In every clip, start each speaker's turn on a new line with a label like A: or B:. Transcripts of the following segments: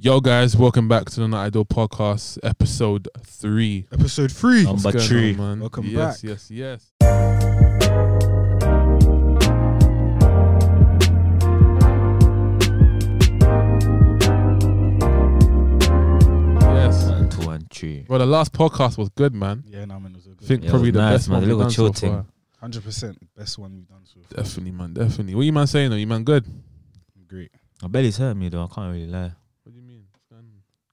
A: Yo, guys, welcome back to the Night Idol podcast, episode three.
B: Episode three.
C: Um, Number
A: What's going
C: three.
A: on, man?
B: Welcome
A: yes,
B: back.
A: Yes, yes, yes.
C: One, two, one, three.
A: Well, the last podcast was good, man.
B: yeah, no, man, it was a
A: I
B: good.
A: think
C: Yeah, it
A: probably
C: was
A: the
C: nice,
A: best
C: man.
A: one
C: The
A: we've
C: little
A: done so
C: chill thing.
A: far.
B: Hundred percent, best one we've done so far.
A: Definitely, man. Definitely. What you man saying? though? you man good?
B: Great.
C: My belly's hurting me though. I can't really lie
A: What do you mean?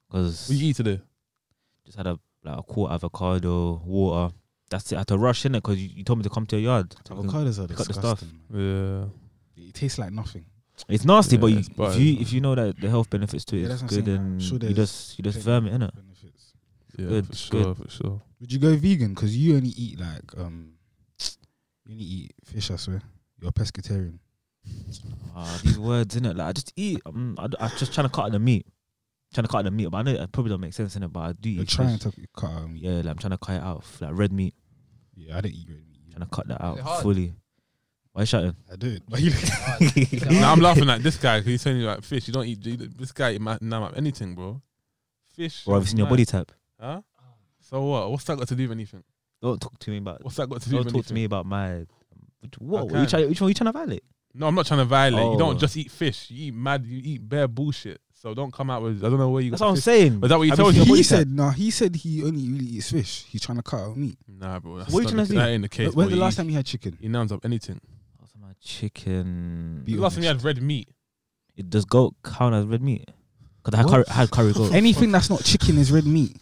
A: What
C: because
A: you eat today?
C: just had a like a quarter avocado, water. That's it. I had to rush in it because you, you told me to come to your yard.
B: Avocados are
C: pick up the stuff.
B: disgusting. man.
A: Yeah.
B: It tastes like nothing.
C: It's nasty,
A: Yeah,
C: but you,
A: it's bad.
C: if you if you know that the health benefits to it,
B: Yeah,
C: it's
B: that's what I'm
C: good
B: saying, man.
C: and
B: Sure
C: you
B: there's
C: just you just
B: plenty
C: firm it in it.
B: Benefits.
A: Yeah,
C: Good,
A: for
C: it's
A: sure, for sure.
B: Would you go vegan? Because you only eat like um, you only eat fish. I swear, you're a pescatarian.
C: Ah, these words in it, like I just eat. Um, I, am just trying to cut out the meat, trying to cut out the meat. But I know it probably don't make sense in it. But I do.
B: You're
C: eat
B: trying
C: fish.
B: to cut out meat.
C: Yeah, like, I'm trying to cut it out, like red meat.
B: Yeah, I didn't eat red meat.
C: Trying to cut that out
D: it hard?
C: fully. Why you shouting?
B: I did. Why you looking-
A: now I'm laughing at this guy because he's telling you like fish. You don't eat you- this guy. Eat ma- nah, man, anything, bro. Fish.
C: Or have you seen your
A: man.
C: body type?
A: Huh? So what? What's that got to do with anything?
C: Don't talk to me about.
A: What's that got to do
C: Don't
A: with
C: talk to
A: anything?
C: me about my. Which, what?
A: I
C: Which,
A: can.
C: which one are you trying to violate?
A: No, I'm not trying to violate. You don't
C: Oh.
A: just eat fish. You eat mad. You eat bare bullshit. So don't come out with. I don't know where you.
C: That's
A: got
C: what I'm
A: fish.
C: saying.
A: Is that what you
C: Have
A: told your
C: seen your
B: he
C: body
B: said
C: type?
B: no. He said he only really eats fish. He's trying to cut out meat.
A: Nah, bro. That's
C: What are you
A: not
C: trying
A: the,
C: to do?
A: That ain't the case.
B: When's
A: bro.
B: the
A: You
B: last
A: eat-
B: time you had chicken?
A: You nouns up anything.
C: What's my chicken?
B: Be
A: The last time you
B: honest.
A: had red meat.
C: It does goat count as red meat? Because I had
B: What?
C: curry, I had curry goat.
B: Anything that's not chicken is red meat.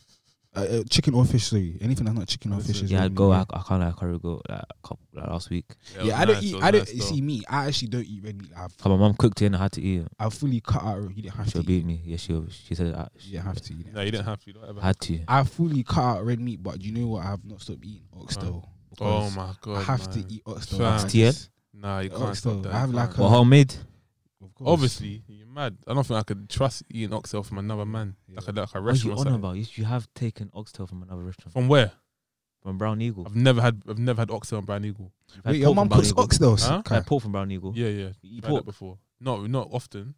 B: Uh, uh, chicken or fish, sorry. Anything that's not chicken or fish is
C: yeah, I
B: red
C: had
B: meat.
C: goat. I, I can't have curry goat like, a couple, like last week.
A: it
B: yeah,
A: was
B: I don't
A: nice, it
B: eat.
A: was
B: I don't
A: nice, though.
B: see me. I actually don't eat red meat. I've
C: Cause my mom cooked it and I had to eat it.
B: I've fully cut out. You didn't have
C: She'll
B: to. Eat.
C: beat me. Yeah, she she said I
B: You didn't have to. You
A: No, you didn't have to. You don't ever
C: I had to.
B: I fully cut out red meat, but you know what? I've not stopped eating oxtail.
A: Oh
B: because
A: my god.
B: I have
A: man.
B: to eat oxtail.
A: Fam.
B: That's
C: Oxtail?
B: just-
A: Nah, you
B: Oh,
A: can't
B: still,
A: stop that.
B: I have
A: You
B: like
A: can't.
B: a-
C: Well, homemade.
B: of course.
A: Obviously, you're mad. I don't think I could trust eating oxtail from another man.
B: Yeah.
A: Like a, like a
C: What are you
A: restaurant. or
C: on
A: something.
C: about? You, you have taken oxtail from another restaurant.
A: From where?
C: From Brown Eagle.
A: I've never had. I've never had oxtail and brown eagle.
C: I've had
B: Wait, your
C: pork
B: mum
C: from Brown
B: cooks
C: Eagle.
B: oxtail.
A: Huh?
B: Sakai?
C: I had pork from Brown Eagle.
A: Yeah, yeah.
C: You
A: I've had
C: eat
A: that
C: pork.
A: before. No, not often.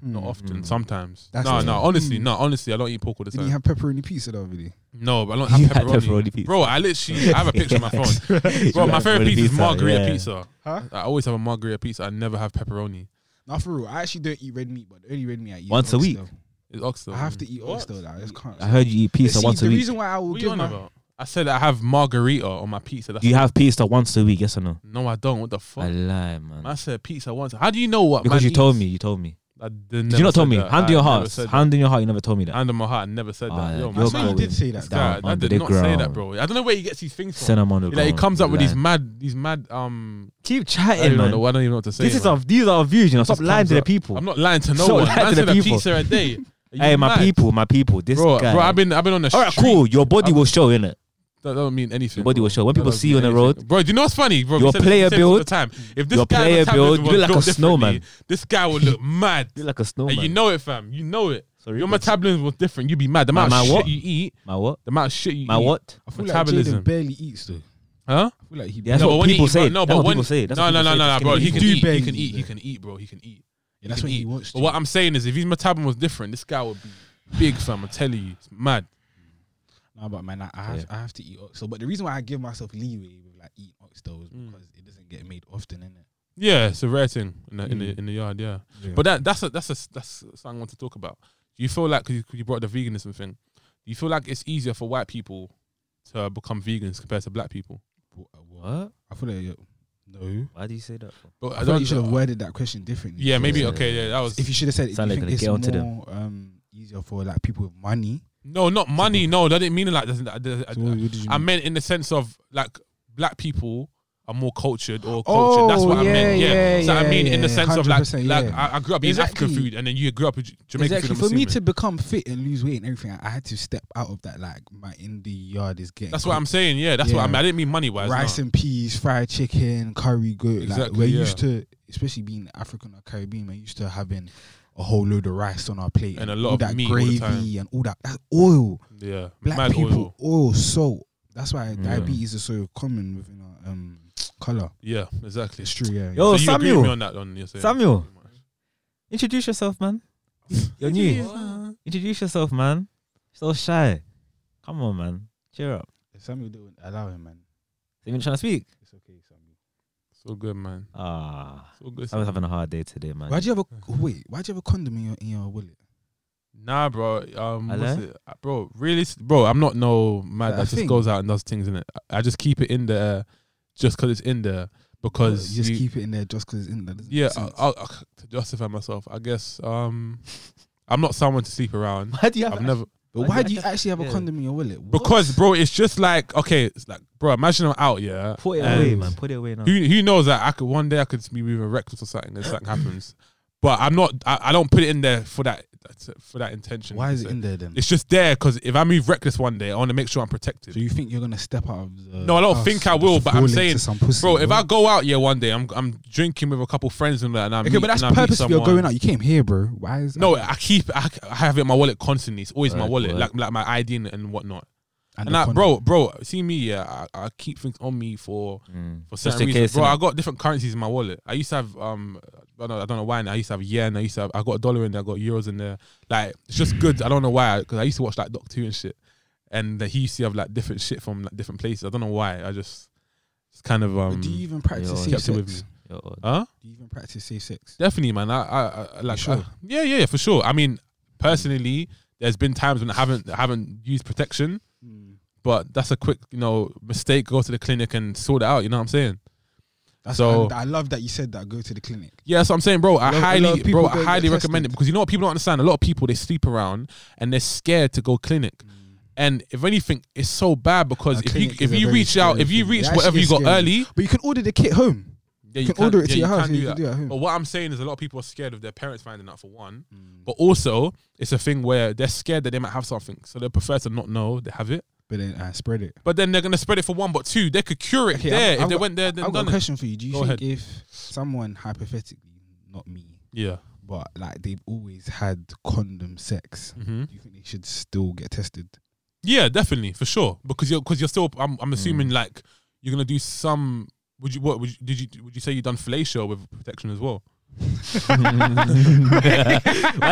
A: Not
B: Hmm.
A: often.
C: Mm.
A: Sometimes.
B: That's
A: no,
B: it.
A: no. Honestly,
B: Mm.
A: no. Honestly, I don't eat pork all the time.
B: Didn't you have pepperoni pizza though, really?
A: no, but I don't have
C: You had
A: pepperoni.
C: pepperoni pizza.
A: Bro, I literally I have a picture on my phone. Bro, my favorite pizza, is margarita pizza.
B: Huh?
A: I always have a margarita pizza. I never have pepperoni.
B: Not for real. I actually don't eat red meat, but the only red meat I eat
C: Once
B: is
C: a week?
B: oxtail.
A: It's oxtail.
B: I have to
A: Mm.
B: eat
A: What?
B: oxtail. That I just can't.
C: I heard you eat pizza
B: See,
C: once a
B: The
C: week.
B: reason why I will
A: What are you
B: give
A: on
B: my
A: about? I said I have margarita on my pizza. That's
C: Do you have pizza once a week? Yes or no?
A: no, I don't. What the fuck?
C: I
A: I,
C: lie, man.
A: said pizza once. How do you know what?
C: because
A: man
C: you told
A: eats?
C: me. You told me.
A: I did,
C: Did you not tell me? Hand in your heart. Hand in your heart. You never told me that.
A: Hand on my heart, I never said
C: Ah,
A: that. Yo,
C: yeah,
A: man,
B: I
C: you're
B: swear you
C: going
B: did say that.
C: down
A: Nah, I
C: under
A: did
C: the
A: not say
C: ground.
A: that, bro. I don't know where he gets these things from.
C: Send him on the
A: Like, he
C: ground,
A: comes up
C: you
A: with these
C: lie.
A: mad, these mad. Um,
C: Keep
A: I
C: chatting,
A: don't, know,
C: man.
A: I don't even know what to say.
C: This is
A: man.
C: our, these are our views. You know, stop
A: Just
C: lying
A: comes
C: to the
A: up.
C: people.
A: I'm not lying to no
C: Stop
A: one.
C: lying
A: Man
C: to
A: said
C: the
A: a
C: people.
A: pizza a day. Are you
C: Hey, my
A: mad?
C: people, my people. This
A: bro,
C: guy.
A: bro. I've been, I've been on the
C: All right,
A: street.
C: cool. Your body
A: I'm-
C: will show, innit?
A: That don't mean anything.
C: Your body
A: bro.
C: will show. When
A: That
C: people
A: don't
C: see you on
A: mean
C: the road-
A: anything. bro. Do you know what's funny, bro? We
C: Your
A: said this- we
C: player
A: said this all the
C: build-
A: time. If this
C: your
A: guy on the
C: player
A: tablet
C: build, you
A: was
C: look like
A: built
C: a snowman.
A: differently, This guy would look mad.
C: You're like a snowman.
A: And you know it, fam. You know it.
C: Sorry,
A: Your
C: but-
A: metabolism was different. You'd be mad. The
C: My-
A: amount
C: my
A: of shit
C: what?
A: you eat,
C: my what?
A: the amount of shit you
C: My
A: eat.
C: what?
B: I feel
A: Metabolism.
B: like Jaden barely eats though.
A: Huh?
B: I feel like he.
C: Yeah, that's
A: no,
C: what
A: but when he
C: people
A: eat, bro,
C: say.
A: no,
C: That's
A: but
C: what
A: when-
C: people say. That's
A: no,
C: what
A: no,
C: people
A: no,
C: say.
A: no, no,
C: Just
A: bro.
C: give me
A: He
C: the
A: can eat. He
B: do barely
A: can
B: eat,
A: eat. He
B: bro.
A: can eat, bro. He can eat.
B: Yeah, that's
A: can
B: what he
A: eat.
B: wants.
A: But what I'm saying is, if his metabolism was different, this guy would be big, fam. I'm telling you, it's mad.
B: No, but man, I, I have
C: Yeah.
B: I have to eat oxtail. But the reason why I give myself leeway with like eating oxtail is
A: Mm.
B: because it doesn't get made often, innit?
A: Yeah, it's a rare thing in the, in the
B: Mm.
A: in the yard. Yeah,
B: Yeah.
A: but that that's a, that's a, that's something I want to talk about. Do you feel like because you, 'cause you brought up the veganism thing? Do you feel like it's easier for white people to become vegans compared to black people?
C: What?
B: I feel like yeah, no.
C: Why do you say that? For?
A: But
B: I, feel like you should have worded that question differently.
A: Yeah, maybe
C: Yeah.
A: okay. Yeah, that was
B: If you should have said, it, do
C: Sound
B: you
C: like
B: think it's
C: gotta get onto them.
B: more um, easier for like people with money?
A: no, not money. No, that didn't mean it like that. I- I-
B: So what, what did you?
A: I
B: mean?
A: meant in the sense of like black people are more cultured or cultured.
B: Oh,
A: That's what I meant.
B: yeah,
A: Yeah.
B: yeah,
A: so I
B: yeah,
A: mean in the
B: yeah,
A: sense of like,
B: 100%,
A: like
B: yeah.
A: I, I grew up eating African
B: Exactly.
A: food and then you grew up with J- Jamaican
B: exactly.
A: food. I'm
B: For me
A: assuming.
B: to become fit and lose weight and everything, I, I had to step out of that. Like my in the yard is getting.
A: that's what I'm
B: cooked.
A: saying. Yeah, that's what I
B: Yeah.
A: mean. I didn't mean money wise.
B: Rice and peas, fried chicken, curry goat. like
A: Exactly,
B: we're
A: yeah.
B: used to, especially being African or Caribbean, we're used to having a whole load of rice on our plate
A: And a lot
B: all
A: of
B: that
A: meat all the
B: gravy
A: time.
B: and all that, that oil.
A: Yeah,
B: Black
A: mad
B: people
A: oil.
B: oil. salt. That's why
C: Mm.
B: diabetes is so common within our um, color.
A: Yeah, exactly.
B: It's true, yeah.
C: Yo,
A: so you agree with
C: Samuel.
A: me on that, on you're saying.
C: Samuel. Introduce yourself, man. You're new. Introduce yourself, man. So shy. Come on, man. Cheer up.
B: Samuel didn't allow him, man.
C: So you trying to speak?
B: It's okay, Samuel.
A: So good, man.
C: Ah,
A: So good.
C: I was having a hard day today, man.
B: Why'd you have a wait? Why'd you have a condom in your in your wallet?
A: Nah, bro. Um, what's
C: Hello?
A: it? Uh, bro, really, s- bro. I'm not no mad
B: Uh,
A: that just
B: thing.
A: goes out and does things in it. I just keep it in there, just because it's in there. Because
B: you just
A: you-
B: keep it in there just because it's in there. doesn't
A: yeah, uh, I,
B: make sense.
A: I'll, I'll- to justify myself, I guess. Um, I'm not someone to sleep around.
C: Why do you
A: I've never
B: but
C: I-
B: why do you actually have a
C: yeah.
B: condom in your wallet? What?
A: because, bro. It's just like okay, it's like, bro. Imagine I'm out, yeah.
C: put it
A: and
C: away, man? Put it away now.
A: Who who knows that I could one day I could be with a reckless or something, and something happens. But I'm not. I, I don't put it in there for that that's- for that intention.
B: why is
A: So
B: it in there then?
A: It's just there because if I move reckless one day, I want to make sure I'm protected.
B: So you think you're gonna step out of the
A: No, I don't
B: house
A: think I
B: and
A: will,
B: just
A: but I'm
B: fall into
A: saying,
B: some pussy,
A: Bro, if I go out yeah one day, I'm I'm drinking with a couple friends and that, and I
B: okay,
A: meet,
B: but that's
A: and I meet
B: purposeful. You're
A: someone-
B: going out. You came here, bro. Why is
A: No, I keep I, I have it in my wallet constantly. It's always my
C: Right,
A: wallet,
C: right.
A: like like my ID and, and whatnot. And,
B: the
A: like,
B: condom?
A: bro, bro, see me, yeah, I, I keep things on me for
C: Mm.
A: for
C: Just
A: certain
C: in
A: reasons.
C: case,
A: bro,
C: innit?
A: I got different currencies in my wallet. I used to have um, I don't know, I don't know why. Now. I used to have yen. I used to have I got a dollar in there. I got euros in there. Like it's just good. I don't know why because I used to watch like Doc Two and shit, and he used to have like different shit from like different places. I don't know why. I just it's kind of um.
B: But do you even practice
C: yo,
B: safe
A: kept it
B: sex?
A: with me.
C: Mm. Yo,
A: huh?
B: Do you even practice safe sex?
A: Definitely, man. I, I, I like,
B: sure?
A: I- yeah, yeah, yeah, for sure. I mean, personally, there's been times when I haven't I haven't used protection,
B: Hmm.
A: but that's a quick, you know, mistake. Go to the clinic and sort it out. You know what I'm saying?
B: That's
A: So-
B: and I love that you said that. Go to the clinic.
A: Yeah, that's what I'm saying, bro. I
B: A lot- a lot
A: highly,
B: of people
A: bro,
B: don't
A: I
B: get
A: highly recommend it
B: tested.
A: because you know what people don't understand. A lot of people they sleep around and they're scared to go clinic. And if anything, it's so bad because
B: A
A: if you
B: clinic
A: if
B: is a
A: you
B: very
A: reach out,
B: scary
A: if you
B: thing.
A: reach
B: It actually
A: whatever you
B: is
A: got
B: scary.
A: early,
B: But you can order the kit home.
A: yeah, you,
B: can order it to
A: yeah,
B: your
A: you Can
B: house and
A: do
B: you
A: that.
B: can do it at home.
A: But what I'm saying is, a lot of people are scared of their parents finding out for one.
B: Hmm. Mm.
A: But also, it's a thing where they're scared that they might have something, so they prefer to not know they have it.
B: But then I spread it.
A: But then they're gonna spread it for one, but two, they could cure it
B: Okay,
A: there
B: I've-
A: if
B: I've
A: they
B: got-
A: went there. Then
B: I've got
A: done
B: a
A: it.
B: question for you. Do you
A: Go
B: think if someone hypothetically, not me,
A: Yeah.
B: but like they've always had condom sex,
A: hmm
B: do you think they should still get tested?
A: Yeah, definitely for sure because you're because you're still. I'm I'm
C: Mm.
A: assuming like you're gonna do some. Would you what would you, did you would you say you done fellatio with protection as well?
C: Why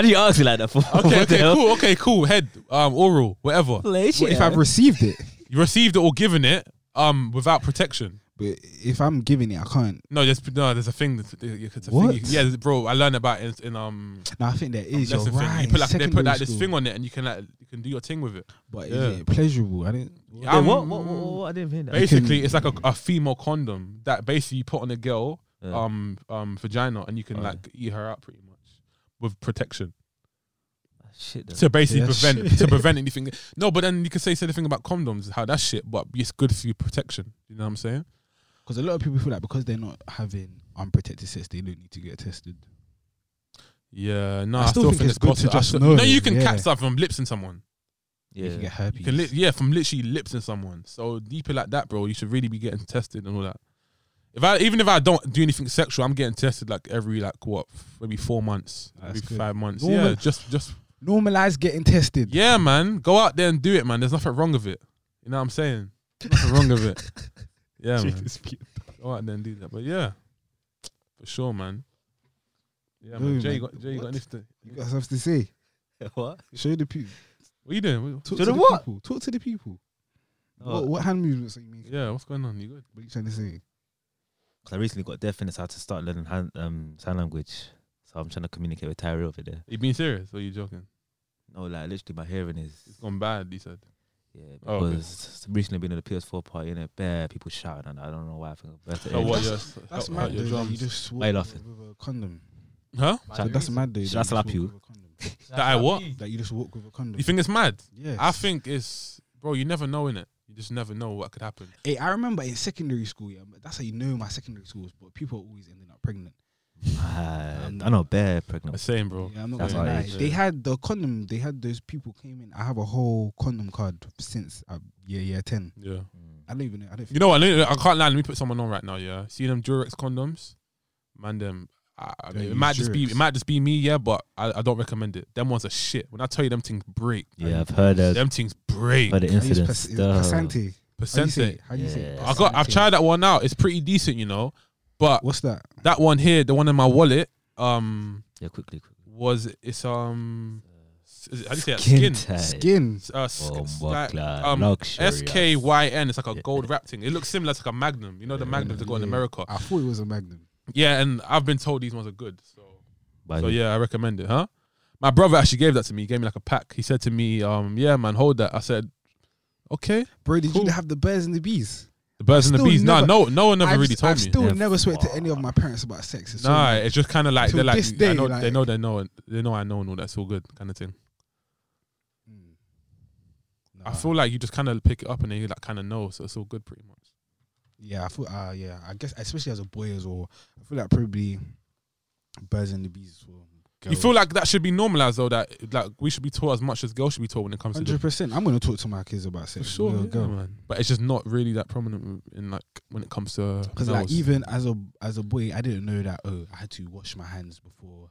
C: do you ask me like that for?
A: Okay,
C: What the
A: okay,
C: hell?
A: cool, okay, cool. Head, um, oral, whatever.
B: What if I've received it?
A: You received it or given it, um, without protection.
B: But if I'm giving it, I can't.
A: No, there's no, there's a thing. That, it's a
B: What?
A: Thing you, yeah, there's- bro, I learned about it in um.
B: No, I think there is. You're
A: lesson thing.
B: right.
A: You put like they put
B: secondary
A: like this
B: school.
A: thing on it, and you can like you can do your thing with it.
B: But
A: Yeah.
B: is it pleasurable? I didn't.
C: Wait,
A: Um,
C: what, what, what, what, what? I didn't hear that.
A: Basically,
B: can-
A: it's like a, a female condom that basically you put on a girl,
C: Yeah.
A: um, um, vagina, and you can
C: Alright.
A: like eat her out pretty much with protection
C: Shit. though.
A: to basically
B: Yeah,
A: prevent
B: shit.
A: to prevent anything. No, but then you can say the thing about condoms, how that's shit, but it's good for your protection. You know what I'm saying?
B: Because a lot of people feel like because they're not having unprotected sex, they don't need to get tested.
A: Yeah, no,
B: I
A: I,
B: still think it's good to
A: gossip. I
B: just
A: still-
B: know,
A: No, you can
B: yeah.
A: catch stuff from lips in someone.
B: You can
C: Yeah.
B: get herpes.
A: You can li- yeah, from literally lips in someone. So deeper like that, bro, you should really be getting tested and all that. If I even if I don't do anything sexual, I'm getting tested like every like what maybe four months,
B: That's
A: maybe
B: good.
A: five months.
B: Normal-
A: Yeah, just just
B: Normalize getting tested.
A: yeah, man. Go out there and do it, man. There's nothing wrong with it. You know what I'm saying? Nothing wrong with it. Yeah, man. Go out there and do that. But yeah, for sure, man. Yeah, man.
B: Ooh,
A: Jay, you
B: man.
A: got Jay, you got
B: What?
A: anything?
B: You got stuff to say.
C: What?
B: Show the people.
A: What are you doing?
B: Talk to
C: Show the
B: the,
C: what?
B: people. Talk to the people.
C: Oh,
B: What, what hand movements are you making?
A: Yeah, what's going on? You good?
B: What are you trying to say?
C: Oh, 'cause I recently got deaf and it's how to start learning hand, um, sign language. So I'm trying to communicate with Tyree over there.
A: you being serious or you joking?
C: No, like literally my hearing is
A: It's gone bad. He said.
C: yeah because
A: Oh, okay.
C: it's recently been at the PS4 party and it bare people shouting and I don't know why I think of birthday.
A: So Oh, what?
B: that's-
A: Your,
B: That's
A: how- how
B: mad.
A: your
B: though, that You
A: drums.
B: just
C: Why you
B: walk
C: laughing?
B: with a condom.
A: Huh?
C: Should I-
B: that's mad. Though,
C: should
B: that
C: I
B: you just
C: slap
B: walk
C: you?
B: with a condom.
A: That I what?
B: That you just walk with a condom.
A: You think it's mad?
B: Yes.
A: I think it's bro. You never know in it. You just never know what could happen.
B: Hey, I remember in secondary school. Yeah, but that's how you know my secondary schools. But people are always ending up pregnant.
C: Mad. I know bare
A: The
C: pregnant.
A: same, bro.
B: Yeah, I'm not
C: That's
B: gonna
C: how
B: lie.
C: it is.
B: They had the condom. They had those people came in. I have a whole condom card since uh, year year ten.
A: Yeah.
B: I don't even. know. I don't.
A: You know what? let me- I can't lie. Let me put someone on right now. Yeah. See them Durex condoms, man. Them. I, I
B: Don't
A: mean, it
B: use
A: might just be
B: Durex.
A: it might just be me. Yeah, but I, I don't recommend it. Them ones are shit. When I tell you them things break,
C: Yeah, I've heard of
A: them things break.
C: heard the
B: uh, How do you
C: incidents.
B: pes- is it
C: though.
B: Pasante. How do you say?
A: Percente.
B: it? How do you say? it?
C: Yeah.
A: I got. I've
B: Pasante.
A: tried that one out. It's pretty decent, you know. But
B: What's that?
A: that one here, the one in my wallet, um,
C: Yeah, quickly. quickly.
A: was it's um s- is it- how do you say that? skin
C: Skin tight.
B: Skin.
A: S- uh, sk-
C: Oh,
A: s-
C: my
A: like,
C: God,
A: um,
C: luxurious.
A: S K Y N. It's like a
C: Yeah.
A: gold wrap thing. It looks similar to like a Magnum. You know the
C: Yeah.
A: Magnums they got in
B: Yeah.
A: America.
B: I thought it was a Magnum.
A: Yeah, and I've been told these ones are good. So
C: By
A: So
C: who?
A: yeah, I recommend it, huh? My brother actually gave that to me. He gave me like a pack. He said to me, um, yeah, man, hold that. I said, okay.
B: Bro, did
A: Cool.
B: you have the bears and the bees?
A: The birds and the
B: still
A: bees.
B: never-
A: nah, no, no one ever
B: I've,
A: really told
B: I've
A: me.
B: still
C: Yeah,
B: never spoke to
C: fuck.
B: any of my parents about sex. It's
A: nah,
B: all-
A: it's just kind of like
B: till
A: they're like,
B: this
A: I
B: day,
A: know, they
B: like-
A: know they know and they know I know and all that's all good kind of thing.
B: Mm.
A: I
B: Nah.
A: feel like you just kind of pick it up and then you like kind of know, so it's all good pretty much.
B: Yeah, I feel. Uh, yeah, I guess especially as a boy as well. I feel like probably birds and the bees as well.
A: You feel like that should be normalized though. That like we should be taught as much as girls should be taught when it comes to
B: hundred
A: the,
B: percent. I'm gonna talk to my kids about
A: for
B: sex.
A: sure,
B: We'll
A: yeah,
B: go.
A: man. But it's just not really that prominent in like when it comes to
B: Because like
A: males.
B: even as a as a boy, I didn't know that oh I had to wash my hands before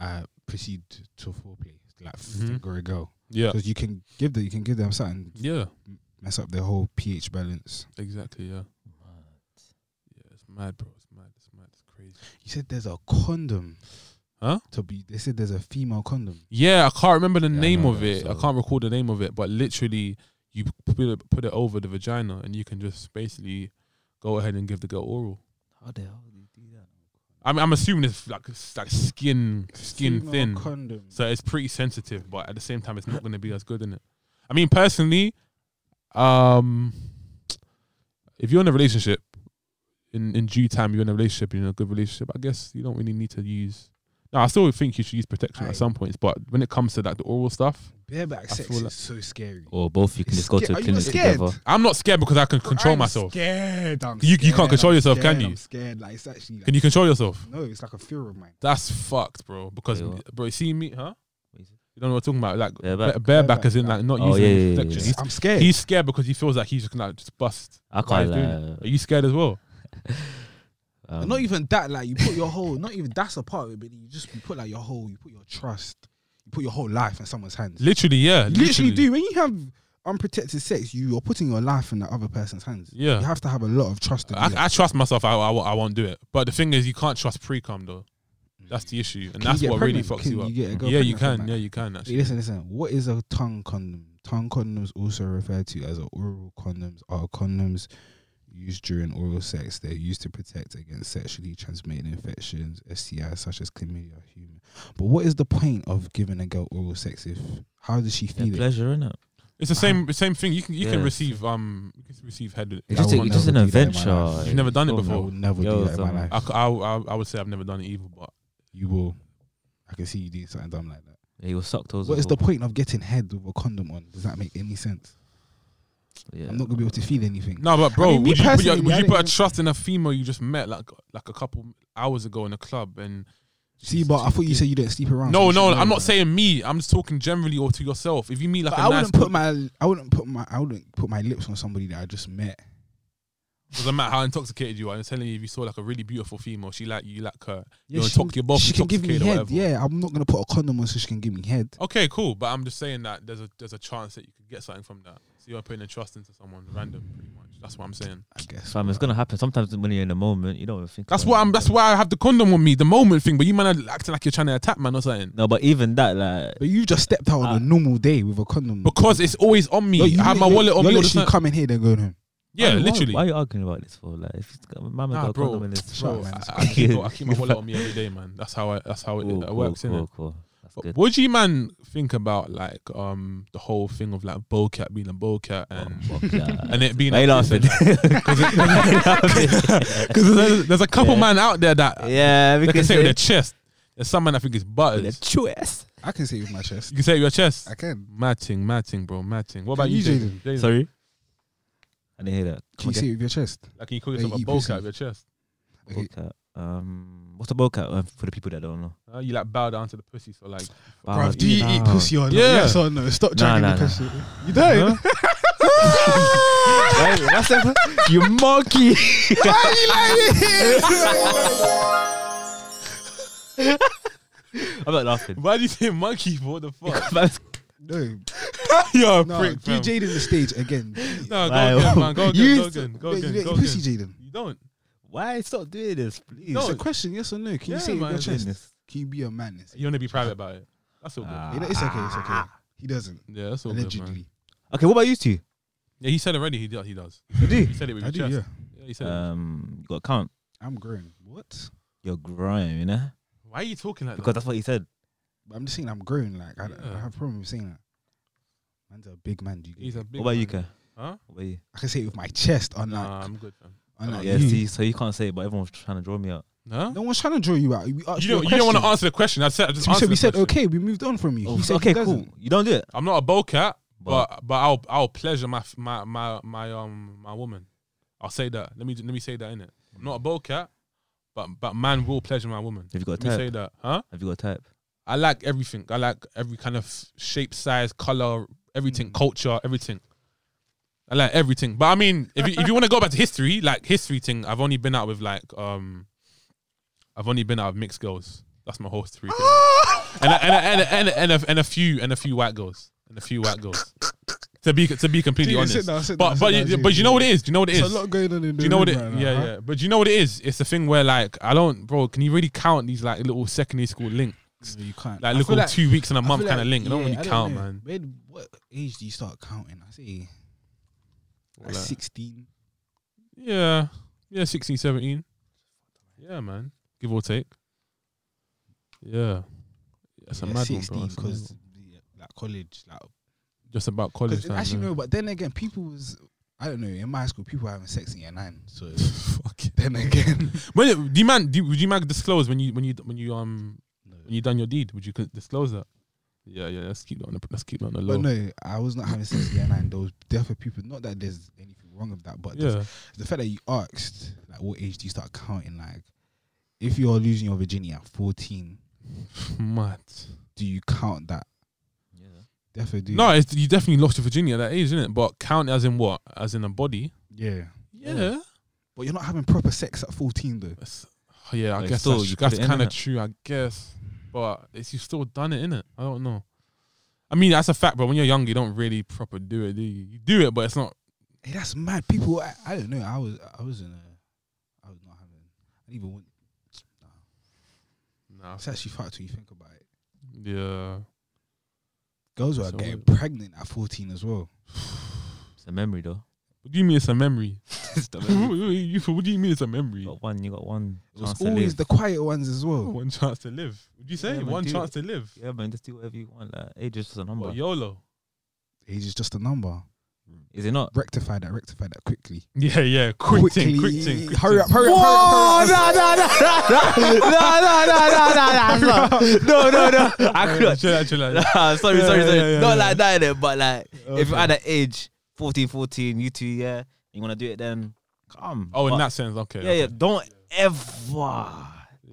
B: I proceed to foreplay. Like
A: Mhm.
B: finger a girl,
A: yeah,
B: because you can give the you can give them something
A: yeah,
B: mess up their whole pH balance.
A: exactly, yeah. Yeah, it's mad, bro. It's mad. It's mad. It's crazy.
B: You said there's a condom.
A: Huh?
B: To be they said there's a female condom.
A: Yeah, I can't remember the
C: Yeah, I
A: name
C: know
A: of
C: that,
A: it. I
C: so-
A: can't recall the name of it, but literally, you put it, put it over the vagina, and you can just basically go ahead and give the girl oral.
C: How the hell do you do that?
A: I'm I'm assuming it's like it's like skin skin
B: Female
A: thin,
B: condom.
A: so it's pretty sensitive. But at the same time, it's not going to be as good in it. I mean, personally, um, if you're in a relationship, in in due time, you're in a relationship, you're in a good relationship. I guess you don't really need to use. No, I still think you should use protection at
B: Aye.
A: some points, but when it comes to like the oral stuff,
B: Bareback
A: I
B: sex
A: feel
B: is
A: like-
B: so scary.
C: Or both, you can
B: It's
C: just go to
B: sca-
C: a
B: are you
C: clinic
B: not scared?
C: together.
A: I'm not scared because I can control
B: I'm
A: myself.
B: Scared. I'm
A: You- you
B: scared,
A: can't control
B: I'm
A: yourself, can
B: scared,
A: you?
B: I'm scared. Like it's actually. Like,
A: Can you control yourself?
B: No, it's like a fear of mine.
A: That's fucked, bro. Because
C: Wait,
A: bro,
C: what?
A: you see me, huh?
C: What is it?
A: You don't know what I'm talking about. Like
C: Bareback?
A: ba- bareback,
B: Bareback.
A: is in like not
C: Oh,
A: using
C: yeah,
A: any
C: yeah, yeah,
A: protection.
C: yeah.
A: He's-
B: I'm scared.
A: He's scared because he feels like he's just gonna like, just bust.
C: I
A: Why
C: can't
A: he's doing it.
C: lie.
A: Are you scared as well?
C: Um,
B: not even that. Like you put your whole. Not even that's a part of it. But you just you put like your whole. You put your trust. You put your whole life in someone's hands.
A: Literally, yeah.
B: You literally do. When you have unprotected sex, you are putting your life in the other person's hands.
A: Yeah.
B: You have to have a lot of trust. To do that.
A: I, I trust myself. I, I, won't- I won't do it. But the thing is, you can't trust pre cum though. That's the issue, and
B: Can you
A: that's
B: get
A: what really
B: pregnant?
A: fucks
B: Can
A: you up.
B: you get a girl
A: yeah, you
B: pregnant
A: can.
B: from that?
A: Yeah, you can. Actually,
B: Wait, listen, listen. What is a tongue condom? Tongue condoms, also referred to as oral condoms, are condoms used during oral sex. They're used to protect against sexually transmitted infections, STIs such as chlamydia, human. But what is the point of giving a girl oral sex if? How does she
C: yeah,
B: feel it?
C: pleasure, innit?
A: it's the same same thing. You can you can
C: Yeah.
A: receive um you can receive head.
B: It's
C: It's
B: I
C: just, a,
B: won't
C: it's just an
B: ever do that in my
C: adventure.
B: life.
A: You've never done it
C: Oh, no.
B: I
A: before.
B: will never do
C: Girls
B: that in my
C: don't-
B: life.
A: I, c- I, I, I would say I've never done it either, but
B: you will. I can see you doing something dumb like that.
C: Yeah, you were sucked toes.
B: What
C: as
B: is the
C: well.
B: point of getting head with a condom on? Does that make any sense?
C: Yeah.
B: I'm not gonna be able to feel anything.
A: No, but bro,
B: mean, me
A: would, you put, your,
B: personally,
A: would
B: I
A: you
B: didn't
A: put a
B: even-
A: trust in a female you just met like like a couple hours ago in a club? And
B: See, but I thought you said you didn't sleep around. so
A: no,
B: you
A: no,
B: should know,
A: I'm not
B: bruh.
A: saying me. I'm just talking generally or to yourself. If you meet like
B: But
A: a
B: I
A: nice,
B: wouldn't put my I wouldn't put my I wouldn't put my lips on somebody that I just met.
A: doesn't matter how intoxicated you are. I'm telling you, if you saw like a really beautiful female, she like you, like her.
B: Yeah,
A: You're
B: she can-
A: intox- you're both
B: she can give me
A: intoxicated or
B: head.
A: whatever.
B: Yeah, I'm not gonna put a condom on so she can give me head.
A: Okay, cool. But I'm just saying that there's a there's a chance that you could get something from that. So you're putting a trust into someone random, pretty much. That's what I'm saying.
B: I guess.
C: Fam, it's gonna happen. Sometimes when you're in the moment, you don't even think.
A: That's
C: about
A: what
C: it.
A: I'm. That's why I have the condom on me, the moment thing. But you man are acting like you're trying to attack man or something.
C: No, but even that, like,
B: But you just stepped out on
C: Uh,
B: a normal day with a condom.
A: Because it's always on me.
B: Yo, you
A: I have my
B: li-
A: wallet on
B: you're
A: me. all the
B: literally
A: time.
B: coming here, then going home.
A: Yeah,
C: why- why-
A: literally.
C: Why, are you arguing about this for? Like, if it's got, mama
A: Nah,
C: got a
A: bro.
C: condom in his
B: Sure,
C: mouth.
B: man.
A: I, I keep, I keep my wallet on me every day, man. That's how I, that's how it,
C: Cool,
A: it
C: cool,
A: works. innit?
C: Cool, cool. That's
A: But
C: good.
A: What do you man think about like um the whole thing of like Bowcat being a Bowcat and
C: Oh, fuck that.
A: and it being
C: Why you laughing?
A: because there's, there's a couple
C: Yeah.
A: man out there that
C: yeah,
A: they can
C: because
A: say it with their chest. There's some man I think it's butters.
C: choice.
B: I can say it with my chest.
A: You can say it with your chest.
B: I can.
A: Matting, matting, bro, matting. What
B: Can
A: about you,
B: you,
A: Jaden? Jaden?
C: Sorry, I didn't hear that.
B: Can
C: Come
B: you say it with your chest?
A: Like, can you call
B: Hey,
A: yourself a
B: you
A: Bowcat
B: pussy.
A: with your chest?
C: again. Bowcat. Um, what's a bowcat uh, for the people that don't know?
A: Huh? you like bow down to the pussy, so like
C: Wow,
B: Bruv, do you
C: nah.
B: eat pussy or not?
A: Yeah.
B: Yes or no? Stop
C: Nah,
B: dragging
C: nah,
B: the
C: nah.
B: pussy. You don't?
C: Right, that's a- you monkey. I'm not laughing.
A: why do you say monkey? for? What the fuck?
B: No.
A: You're a
B: No.
A: prick,
B: Give
A: fam.
B: Jaden the stage again.
A: No, go
C: Wow.
A: again, man. Go again,
C: You-
A: go again, go
B: Yeah, you
A: again,
B: don't
A: go
B: eat
A: again.
B: pussy, Jaden.
A: You don't.
C: Why stop doing this, please?
A: No,
B: It's a question, yes or no? Can
A: Yeah,
B: you say it with
A: man.
B: your chest?
C: Goodness.
B: Can Can you be a man? It's,
A: You want to be private about it. That's all good.
C: Ah.
B: you know, it's okay. It's okay. He doesn't.
A: yeah, that's all good. Man.
B: allegedly.
C: Okay, what about you two?
A: Yeah, he said already. He does. He does.
C: You do?
A: He said it with
B: I
A: his
B: do.
A: chest.
B: Yeah.
A: Yeah, he said. it.
C: Um, you got to count.
B: I'm growing. What?
C: You're growing, you know?
A: Why are you talking like
C: Because
A: that?
C: that's what he said.
B: But I'm just saying I'm growing. Like I, I
A: Yeah.
B: have a problem with saying that. Man's a big man. Do you?
A: He's a big.
C: What about you,
A: man.
C: Kai?
A: Huh?
C: What about you?
B: I can say it with my chest. Unlike,
A: Nah, I'm good. Fam.
B: unlike
C: yeah,
B: you.
C: see, so you can't say it, but everyone's trying to draw me out.
A: Huh?
B: No one's trying to draw you out. We asked
A: You
B: you,
A: don't. You don't want to
B: to
A: answer the question. I said. I just
B: So we said,
A: answered
B: we
A: the
B: said
A: question.
B: okay. We moved on from you.
C: Oh,
B: he said
C: okay,
B: he
C: cool.
B: doesn't.
C: You don't do it.
A: I'm not a bowl cat,
C: But,
A: but but I'll I'll pleasure my f- my my my um my woman. I'll say that. Let me let me say that in it. I'm not a bowl cat, but but man will pleasure my woman.
C: have you got
A: Let
C: a
A: me
C: type?
A: say that, huh?
C: Have you got a type?
A: I like everything. I like every kind of shape, size, color, everything,
B: Mm.
A: culture, everything. I like everything. But I mean, if you, if you want to go back to history, like history thing, I've only been out with like um, I've only been out with mixed girls. That's my whole history. thing. and, a, and, a, and, a, and, a, and, a, and a few and a few white girls and a few white girls. To be to be completely
B: Dude, sit
A: honest,
B: down, sit
A: but
B: down,
A: but
B: sit
A: you,
B: down,
A: but
B: dude.
A: you know what it is. Do you know what it is?
B: There's a lot going on in the
A: Do you know what it?
B: room right now,
A: yeah,
B: huh?
A: yeah. But do you know what it is? It's the thing where like I don't, bro. Can you really count these like little secondary school links?
B: No, you can't.
A: Like
B: I
A: little
B: feel like-
A: two weeks and a
B: I
A: month
B: feel
A: kind
B: like-
A: of link. I don't
B: yeah,
A: really count,
B: know.
A: man.
B: When, what age do you start counting? I say like
A: Like-
B: 16.
A: yeah, yeah, 16, 17. Yeah, man. Give or take. Yeah, that's a
B: yeah,
A: mad
B: 16
A: one, bro. That's a mad
B: because
A: one.
B: like college. Like, 'cause
A: just about college time.
B: actually,
A: yeah.
B: no, but then again, people was, I don't know, in my school, people were having sex in year nine. So
A: Fuck it.
B: then again,
A: When do you man? Do, would you man disclose when you when you when you um
B: no.
A: when you done your deed? Would you c- disclose that? Yeah, yeah. Let's keep that on the let's keep that on the low.
B: But no, I was not having sex in year nine. There was definitely people, not that there's anything wrong with that, but
A: yeah,
B: the fact that you asked, like, what age do you start counting? Like, if you're losing your virginity at 14,
A: mad.
B: do you count that?
C: Yeah.
B: Definitely do.
A: No, it's, you definitely lost your Virginia at that age, isn't it? But count as in what? As in a body?
B: Yeah.
A: Yeah.
B: But you're not having proper sex at 14, though.
A: That's- oh, yeah, I
C: But
A: guess
C: still,
A: that's,
C: you put
A: that's
C: it in,
A: kind of
C: innit?
A: true, I guess. But it's you still done it, innit? I don't know. I mean, that's a fact, but when you're young, you don't really proper do it, do you? You do it, but it's not.
B: Hey, that's mad. People, I, I don't know. I was, I was in a, I was not having. I didn't even want. Nah,
A: Nah.
B: it's actually fucked when you think about it.
A: Yeah.
B: Girls were
A: So
B: getting
A: what-
B: pregnant at fourteen as well.
C: It's a memory, though.
A: What do you mean it's a memory?
C: it's the
A: what
C: memory.
A: do you mean it's a memory?
C: You got one, you got one.
B: It was
C: chance to
B: always
C: live.
B: the quiet ones as
C: Oh,
B: well.
A: One chance to live. Would you say
C: Yeah, man,
A: one
C: do
A: chance to live?
C: Yeah, man, just do whatever you want. Like, age is just a number.
A: What, YOLO.
B: Age is just a number.
C: Is it not?
B: Rectify that. Rectify that quickly.
A: Yeah, yeah. Quick thing, quick thing. quick thing.
B: Hurry up! Hurry up! Hurry up!
C: no, no, no, no, no, no, no, no, no, no. I
A: Yeah,
C: could.
A: Chill out, chill out.
C: sorry, sorry,
A: Yeah,
C: sorry.
A: yeah, yeah,
C: not
A: yeah.
C: like that, innit? but like if
A: Okay.
C: you're at an age 14, 14, you two, yeah, and you want to do it, then come.
A: Oh, in
C: But-
A: that sense, okay.
C: yeah,
A: okay.
C: yeah. Don't ever.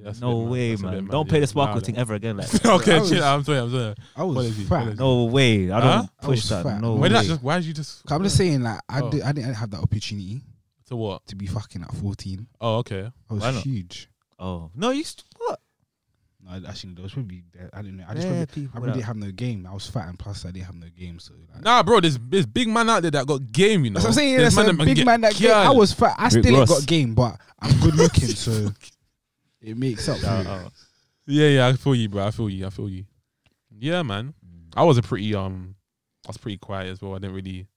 A: That's a
C: no
A: bit mad.
C: way,
A: That's a bit
C: man.
A: mad,
C: Don't
A: yeah.
C: play the
A: Nah,
C: sparkle
A: that-
C: thing ever again. Like,
A: okay,
B: I was-
A: chill. out, I'm sorry. I'm sorry.
B: I was
A: Apologies,
B: fat.
A: apologies.
C: no way. I
A: Huh?
C: don't push
B: I was
C: that.
B: fat.
C: No
A: Why
C: way.
A: did that just? Why did you just?
B: I'm just saying, like, I,
A: Oh.
B: did, I didn't have that opportunity
A: To what?
B: to be fucking at 14.
A: Oh, okay.
B: I was
C: Why not?
B: huge.
C: oh no, you st- what?
B: No, actually, there was probably I didn't know. I just
C: Yeah,
B: probably, I
C: people
B: really didn't
C: that-
B: have no game. I was fat and plus I didn't have no game. So like,
A: Nah, bro, there's there's big man out there that got game. You know,
B: that's what I'm saying.
A: There's
B: That's a
A: that
B: big
A: get
B: man that game.
A: killed.
B: I was fat. I still ain't
C: Ross.
B: got game, but I'm good looking, so it makes up.
C: Shout
B: for it.
C: out.
A: Yeah, yeah. I feel you, bro. I feel you. I feel you. Yeah, man. I was a pretty um, I was pretty quiet as well. I didn't really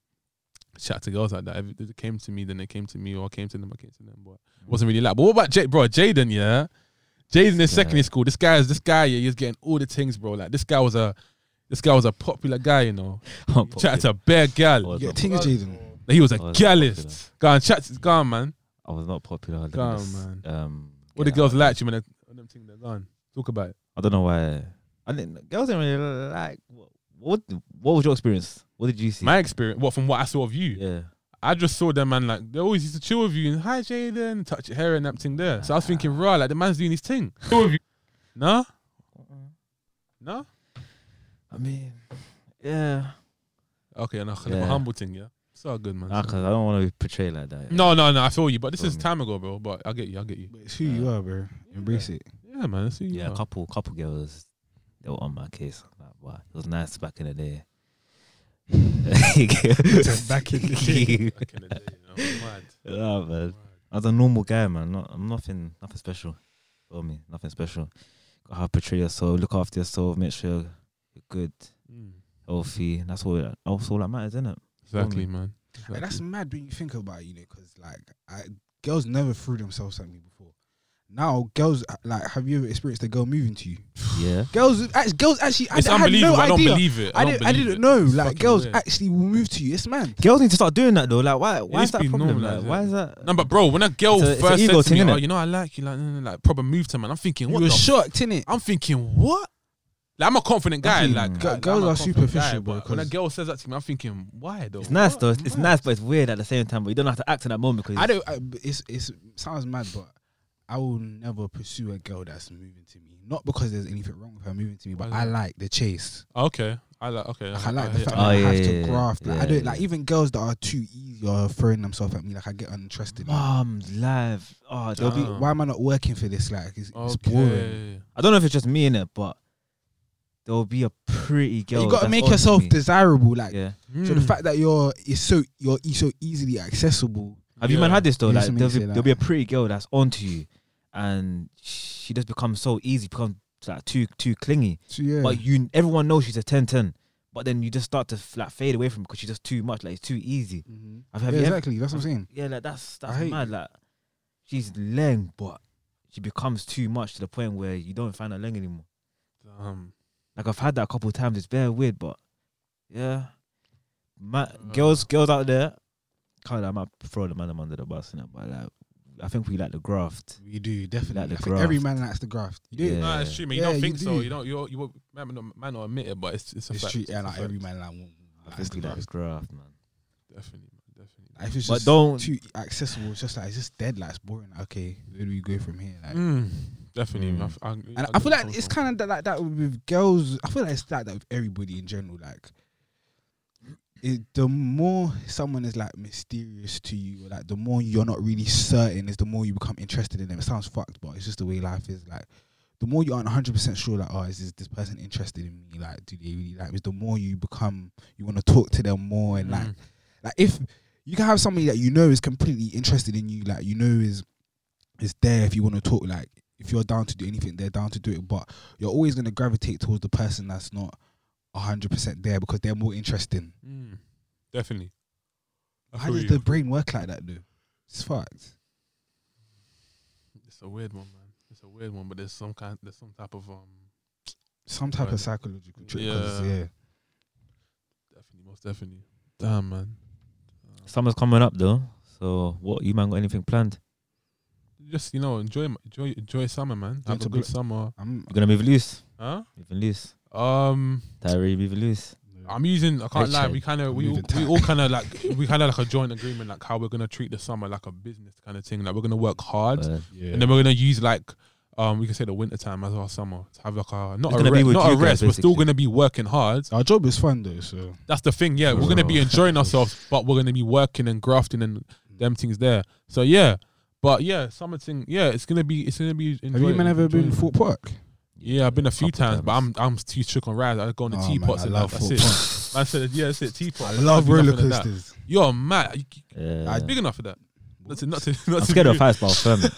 A: chat to girls like that. If it came to me, then it came to me, or I came to them, I came to them. But it wasn't really like. But what about Jay, bro? Jaden, yeah. Jaden in secondary school. This guy is this guy. Yeah, he's getting all the things, bro. Like this guy was a, this guy was a popular guy. You know, chatted to a bare gal.
C: Was
B: Yeah,
C: not
B: thing is, Jaden.
A: He was a
C: Oh, that's
A: gallist. Go on, chat. Go on, man.
C: I was not popular. Let me
A: Come
C: just,
A: on,
C: Um,
A: What
C: get
A: the girls
C: out.
A: like you when they when them thing they're gone. Talk about it.
C: I don't know why. I didn't. Girls didn't really like. What? What, what was your experience? What did you see?
A: My experience, what from what I saw of you,
C: yeah.
A: I just saw them man like they always used to chill with you and hi Jaden, touch your hair and that thing there. So I was thinking, rah, like the man's doing his thing. no, no.
C: I mean, yeah.
A: Okay, no, the
C: Yeah.
A: humble thing, yeah. It's all good, man.
C: Nah, cause I don't want to be portrayed like that. yeah.
A: no, no, no. I feel you, but this
C: Feel
A: is
C: me.
A: time ago, bro. But I get you, I get you.
B: But it's who you are, bro. Embrace it.
A: Yeah, man. That's who you
C: Yeah,
A: are.
C: a couple, couple girls, they were on my case. Like, wow, it was nice back in the day.
B: back in
C: the
A: Back in the day, you know, mad.
C: nah, man. I was a normal guy, man. Not, I'm nothing, nothing special. Feel me? Nothing special. how portray yourself, look after yourself, make sure you're good,
A: Mm.
C: healthy. That's all. That, that's all that matters, isn't it?
A: Exactly, man. Exactly.
B: Like, that's mad when you think about it, you know, because like I, girls never threw themselves at me before. Now girls like, have you ever experienced a girl moving to you?
C: Yeah.
B: Girls, act- girls actually, I,
A: it's
B: d- I had
A: unbelievable.
B: no
A: I don't
B: idea.
A: believe it. I,
B: I
A: don't
B: didn't, I
A: believe
B: didn't
A: it.
B: know.
A: It's
B: Like
A: fucking
B: girls
A: weird.
B: actually will move to you. It's mad.
C: Girls need to start doing that though. Like, why? Why
A: needs
C: is
A: to
C: that
A: be
C: a problem?
A: normalised,
C: Like,
A: yeah.
C: why is that?
A: No, but bro, when a girl
C: It's a- it's an
A: first
C: ego
A: said to me,
C: thing,
A: "Oh,
C: innit?
A: you know, I like you," like, no, no, no, like proper move to man. I'm thinking,
B: You
A: what?
B: were
A: The
B: shocked, innit?
A: I'm thinking, what? Like, I'm a confident guy.
C: Definitely.
A: Like,
C: G-
A: like,
B: girls
A: I'm a
B: are
A: confident guy,
B: superficial, bro,
A: but When a
B: 'cause-
A: girl says that to me, I'm thinking, why though?
C: It's nice though.
B: What?
C: It's nice, but it's weird at the same time. But you don't have to act in that moment because
B: I don't. I, it's it's sounds mad, but I will never pursue a girl that's moving to me. Not because there's anything wrong with her moving to me, but
A: Why
B: I
A: not?
B: like the chase.
A: Oh, Okay, I like. Okay,
B: Like, Oh, I like the
A: hear-
B: fact
C: Oh,
B: that I have
C: yeah,
B: to
C: yeah,
B: graft. Like, I
C: yeah,
B: don't
C: yeah.
B: like even girls that are too easy or throwing themselves at me. Like I get uninterested.
C: Mom's live. Oh, there'll
B: I'll be,
C: be.
A: Ah.
B: why am I not working for this? Like it's, it's boring.
A: Okay.
C: I don't know if it's just me in it, but there'll be a pretty girl.
B: you gotta
C: that's
B: make
C: on to
B: yourself
C: me.
B: desirable. Like
C: yeah.
B: so, the
A: Hmm.
B: fact that you're is so you're e- so easily accessible.
C: Have you man
A: Yeah.
C: had this though?
B: Yeah,
C: Like
B: something
C: there'll
B: to say
C: be, there'll be a
B: like-
C: pretty girl that's onto you, and she just becomes so easy, becomes like too too clingy.
B: So yeah,
C: But you, everyone knows she's a 10-10 but then you just start to like fade away from because she's just too much. Like it's too easy.
B: Mhm.
C: Have, have
B: Yeah,
C: you ever-
B: exactly. That's what I'm saying.
C: Yeah, like that's
B: I
C: that's
B: hate
C: mad. Like she's leng, but she becomes too much to the point where you don't find her leng anymore.
A: Um,
C: Like I've had that a couple of times. It's very weird, but yeah, Ma girls, girls out there, kind of I might throw the man them under the bus and but like I think we like the graft.
B: We do definitely.
C: Like the
B: I think every
C: graft.
B: man likes the graft. You do.
C: Yeah.
A: No, it's true, man. You
B: Yeah,
A: don't
B: you
A: think so.
B: do.
A: You don't. You're, you won't- man, not- man, not admit it, but it's it's a
B: It's
A: fact.
B: true.
A: a
B: Yeah, like
A: fact.
B: every man like. won't-
C: I
B: likes
C: think
B: the
C: we like
B: graft.
C: the graft, man.
A: Definitely, man, definitely.
B: Like, if it's
C: But
B: just
C: don't-
B: too accessible. It's just like it's just dead. Like it's boring. Like, okay, where do we go from here? Like,
A: Mm, definitely.
C: Mm.
A: man. I, I,
B: and I feel like it's kind of that, like that with girls. I feel like it's like that with everybody in general. Like, it, the more someone is like mysterious to you, or, like the more you're not really certain, is the more you become interested in them. It sounds fucked, but it's just the way life is. Like, the more you aren't 100 percent sure, like, oh, is this, this person interested in me? Like, do they really like? Is the more you become, you want to talk to them more, and
A: Mm.
B: like, like if you can have somebody that you know is completely interested in you, like you know is is there if you want to talk, like if you're down to do anything, they're down to do it. But you're always gonna gravitate towards the person that's not hundred percent there because they're more interesting.
A: Mm, definitely. I
B: How
A: feel
B: does
A: you.
B: the brain work like that though? It's fucked.
A: It's a weird one, man. It's a weird one, but there's some kind. There's some type of um.
B: Some type
A: Right.
B: of psychological trick. 'cause
A: Yeah.
B: it's-
A: Definitely, most definitely. Damn, man.
C: Summer's coming up though, so what you man got anything planned?
A: Just you know, enjoy, enjoy, enjoy summer, man.
B: Yeah,
A: Have
B: to
A: a good
B: be-
A: summer.
B: I'm,
C: You're gonna move loose,
A: Huh?
C: moving loose.
A: Um,
C: Diary, moving loose.
A: I'm using. I can't lie.
C: Richard,
A: We kind of we
B: I'm
A: all,
B: even
A: we all kind of like we kind of like a joint agreement, like how we're gonna treat the summer like a business kind of thing. Like we're gonna work hard,
C: Word.
B: yeah.
A: and then we're gonna use like um we can say the winter time as our summer to have like a not
C: It's
A: a
C: gonna
A: re-
C: be with
A: not a
C: you guys,
A: rest. We're still
C: basically.
A: gonna be working hard.
B: our job is fun though, so
A: That's the thing. Yeah, we're gonna be
C: Bro.
A: enjoying ourselves, but we're gonna be working and grafting and them things there. So yeah, but yeah, summer thing. Yeah, it's gonna be it's gonna be.
B: have you
A: enjoy-
B: man ever been to
A: enjoyable.
B: Fort Park?
A: Yeah, I've been a few
C: Couple
A: times, but I'm I'm too shook on rides. I go on the
B: Oh, man,
A: teapots
B: I
A: and
B: love
A: that.
B: Fort
A: That's it. Man said, yeah, that's it. Teapot.
B: I
A: Man, can't
B: love
A: do
B: roller
A: nothing like that.
B: coasters.
A: You're mad. You-
C: Yeah.
A: you big enough for that. Not to, not to, not
C: I'm
A: to
C: scared
A: be
C: of
A: rude.
C: heights, but I'll firm it.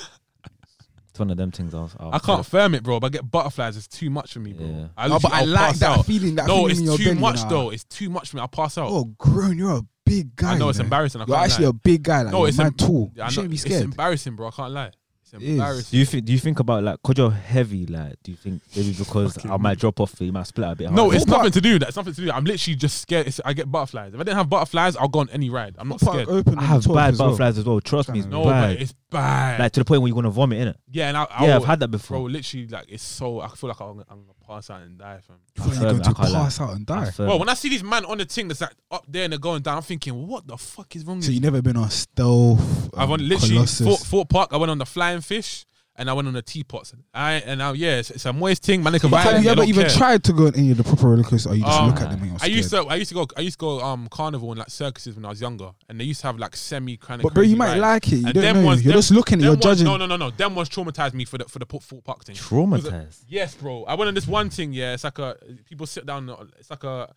C: It's one of them things. I'll, I'll
A: I can't firm it, bro. But I get butterflies. It's too much for me, bro.
C: Yeah.
A: I
B: Oh, but
A: literally-
B: I
A: I'll
B: like
A: pass
B: that
A: out.
B: feeling. That
A: no,
B: feeling
A: it's
B: in your
A: too
B: belly
A: much
B: now.
A: though. It's too much for me. I'll pass out.
B: Oh, grown, you're a big guy.
A: I know
B: you
A: it's embarrassing. I
B: You're
A: can't
B: actually
A: lie.
B: a big guy. Like,
A: No,
B: you're
A: it's
B: mad
A: em-
B: tall.
A: Yeah, I know-
B: you shouldn't be
A: It's
B: scared.
A: embarrassing, bro. I can't lie. It's
B: is.
C: Do
A: embarrassing.
C: you think? Do you think about like because you're heavy? Like, do you think maybe because
A: Fucking
C: I might drop off, you might split a bit?
A: No,
C: harder?
A: it's
B: Fort Park-
A: nothing to do. with that. It's nothing to do. with that. I'm literally just scared. It's, I get butterflies. If I didn't have butterflies, I'll go on any ride. I'm not
B: Park
A: scared.
B: open
C: I
B: on
C: have
B: the 12th
C: bad
B: as well.
C: butterflies as well. Trust me, it's
A: No,
C: bad.
A: but it's bad.
C: like to the point where you're gonna vomit in it.
A: yeah, and I, I
C: Yeah, I've
A: would-
C: had that
A: bro.
C: before.
A: Literally, like it's so. I feel like I'm, I'm gonna pass out and die, fam.
B: You feel like
C: I
B: you're going
C: can't
B: to
C: lie.
B: pass out and die.
A: Bro, when I see these man on the thing that's like up there and they're going down, I'm thinking, what the fuck is wrong? with
B: So
A: you?
B: you never been on stealth?
A: I've
B: um,
A: on literally
B: Colossus?
A: Fort, Fort Park. I went on the flying fish and I went on the teapots. I and now yeah, it's, it's a moist thing. Man, they can ride
B: But have
A: it,
B: you
A: they
B: ever
A: don't
B: even
A: care.
B: tried to go on any of the proper roller coasters? Or you just
A: Um,
B: look at them and you're
A: I
B: scared?
A: used to, I used to go, I used to go um carnival and like circuses when I was younger, and they used to have like semi kind of.
B: but bro, you might like it. You
A: And
B: don't
A: them
B: know.
A: ones-
B: you're
A: them-
B: just looking. You're judging.
A: No, no, no, no. Them ones traumatized me for the for the Port- Fort Park thing.
C: traumatized.
A: Yes, bro. I went on this one thing. Yeah, it's like a people sit down. It's like a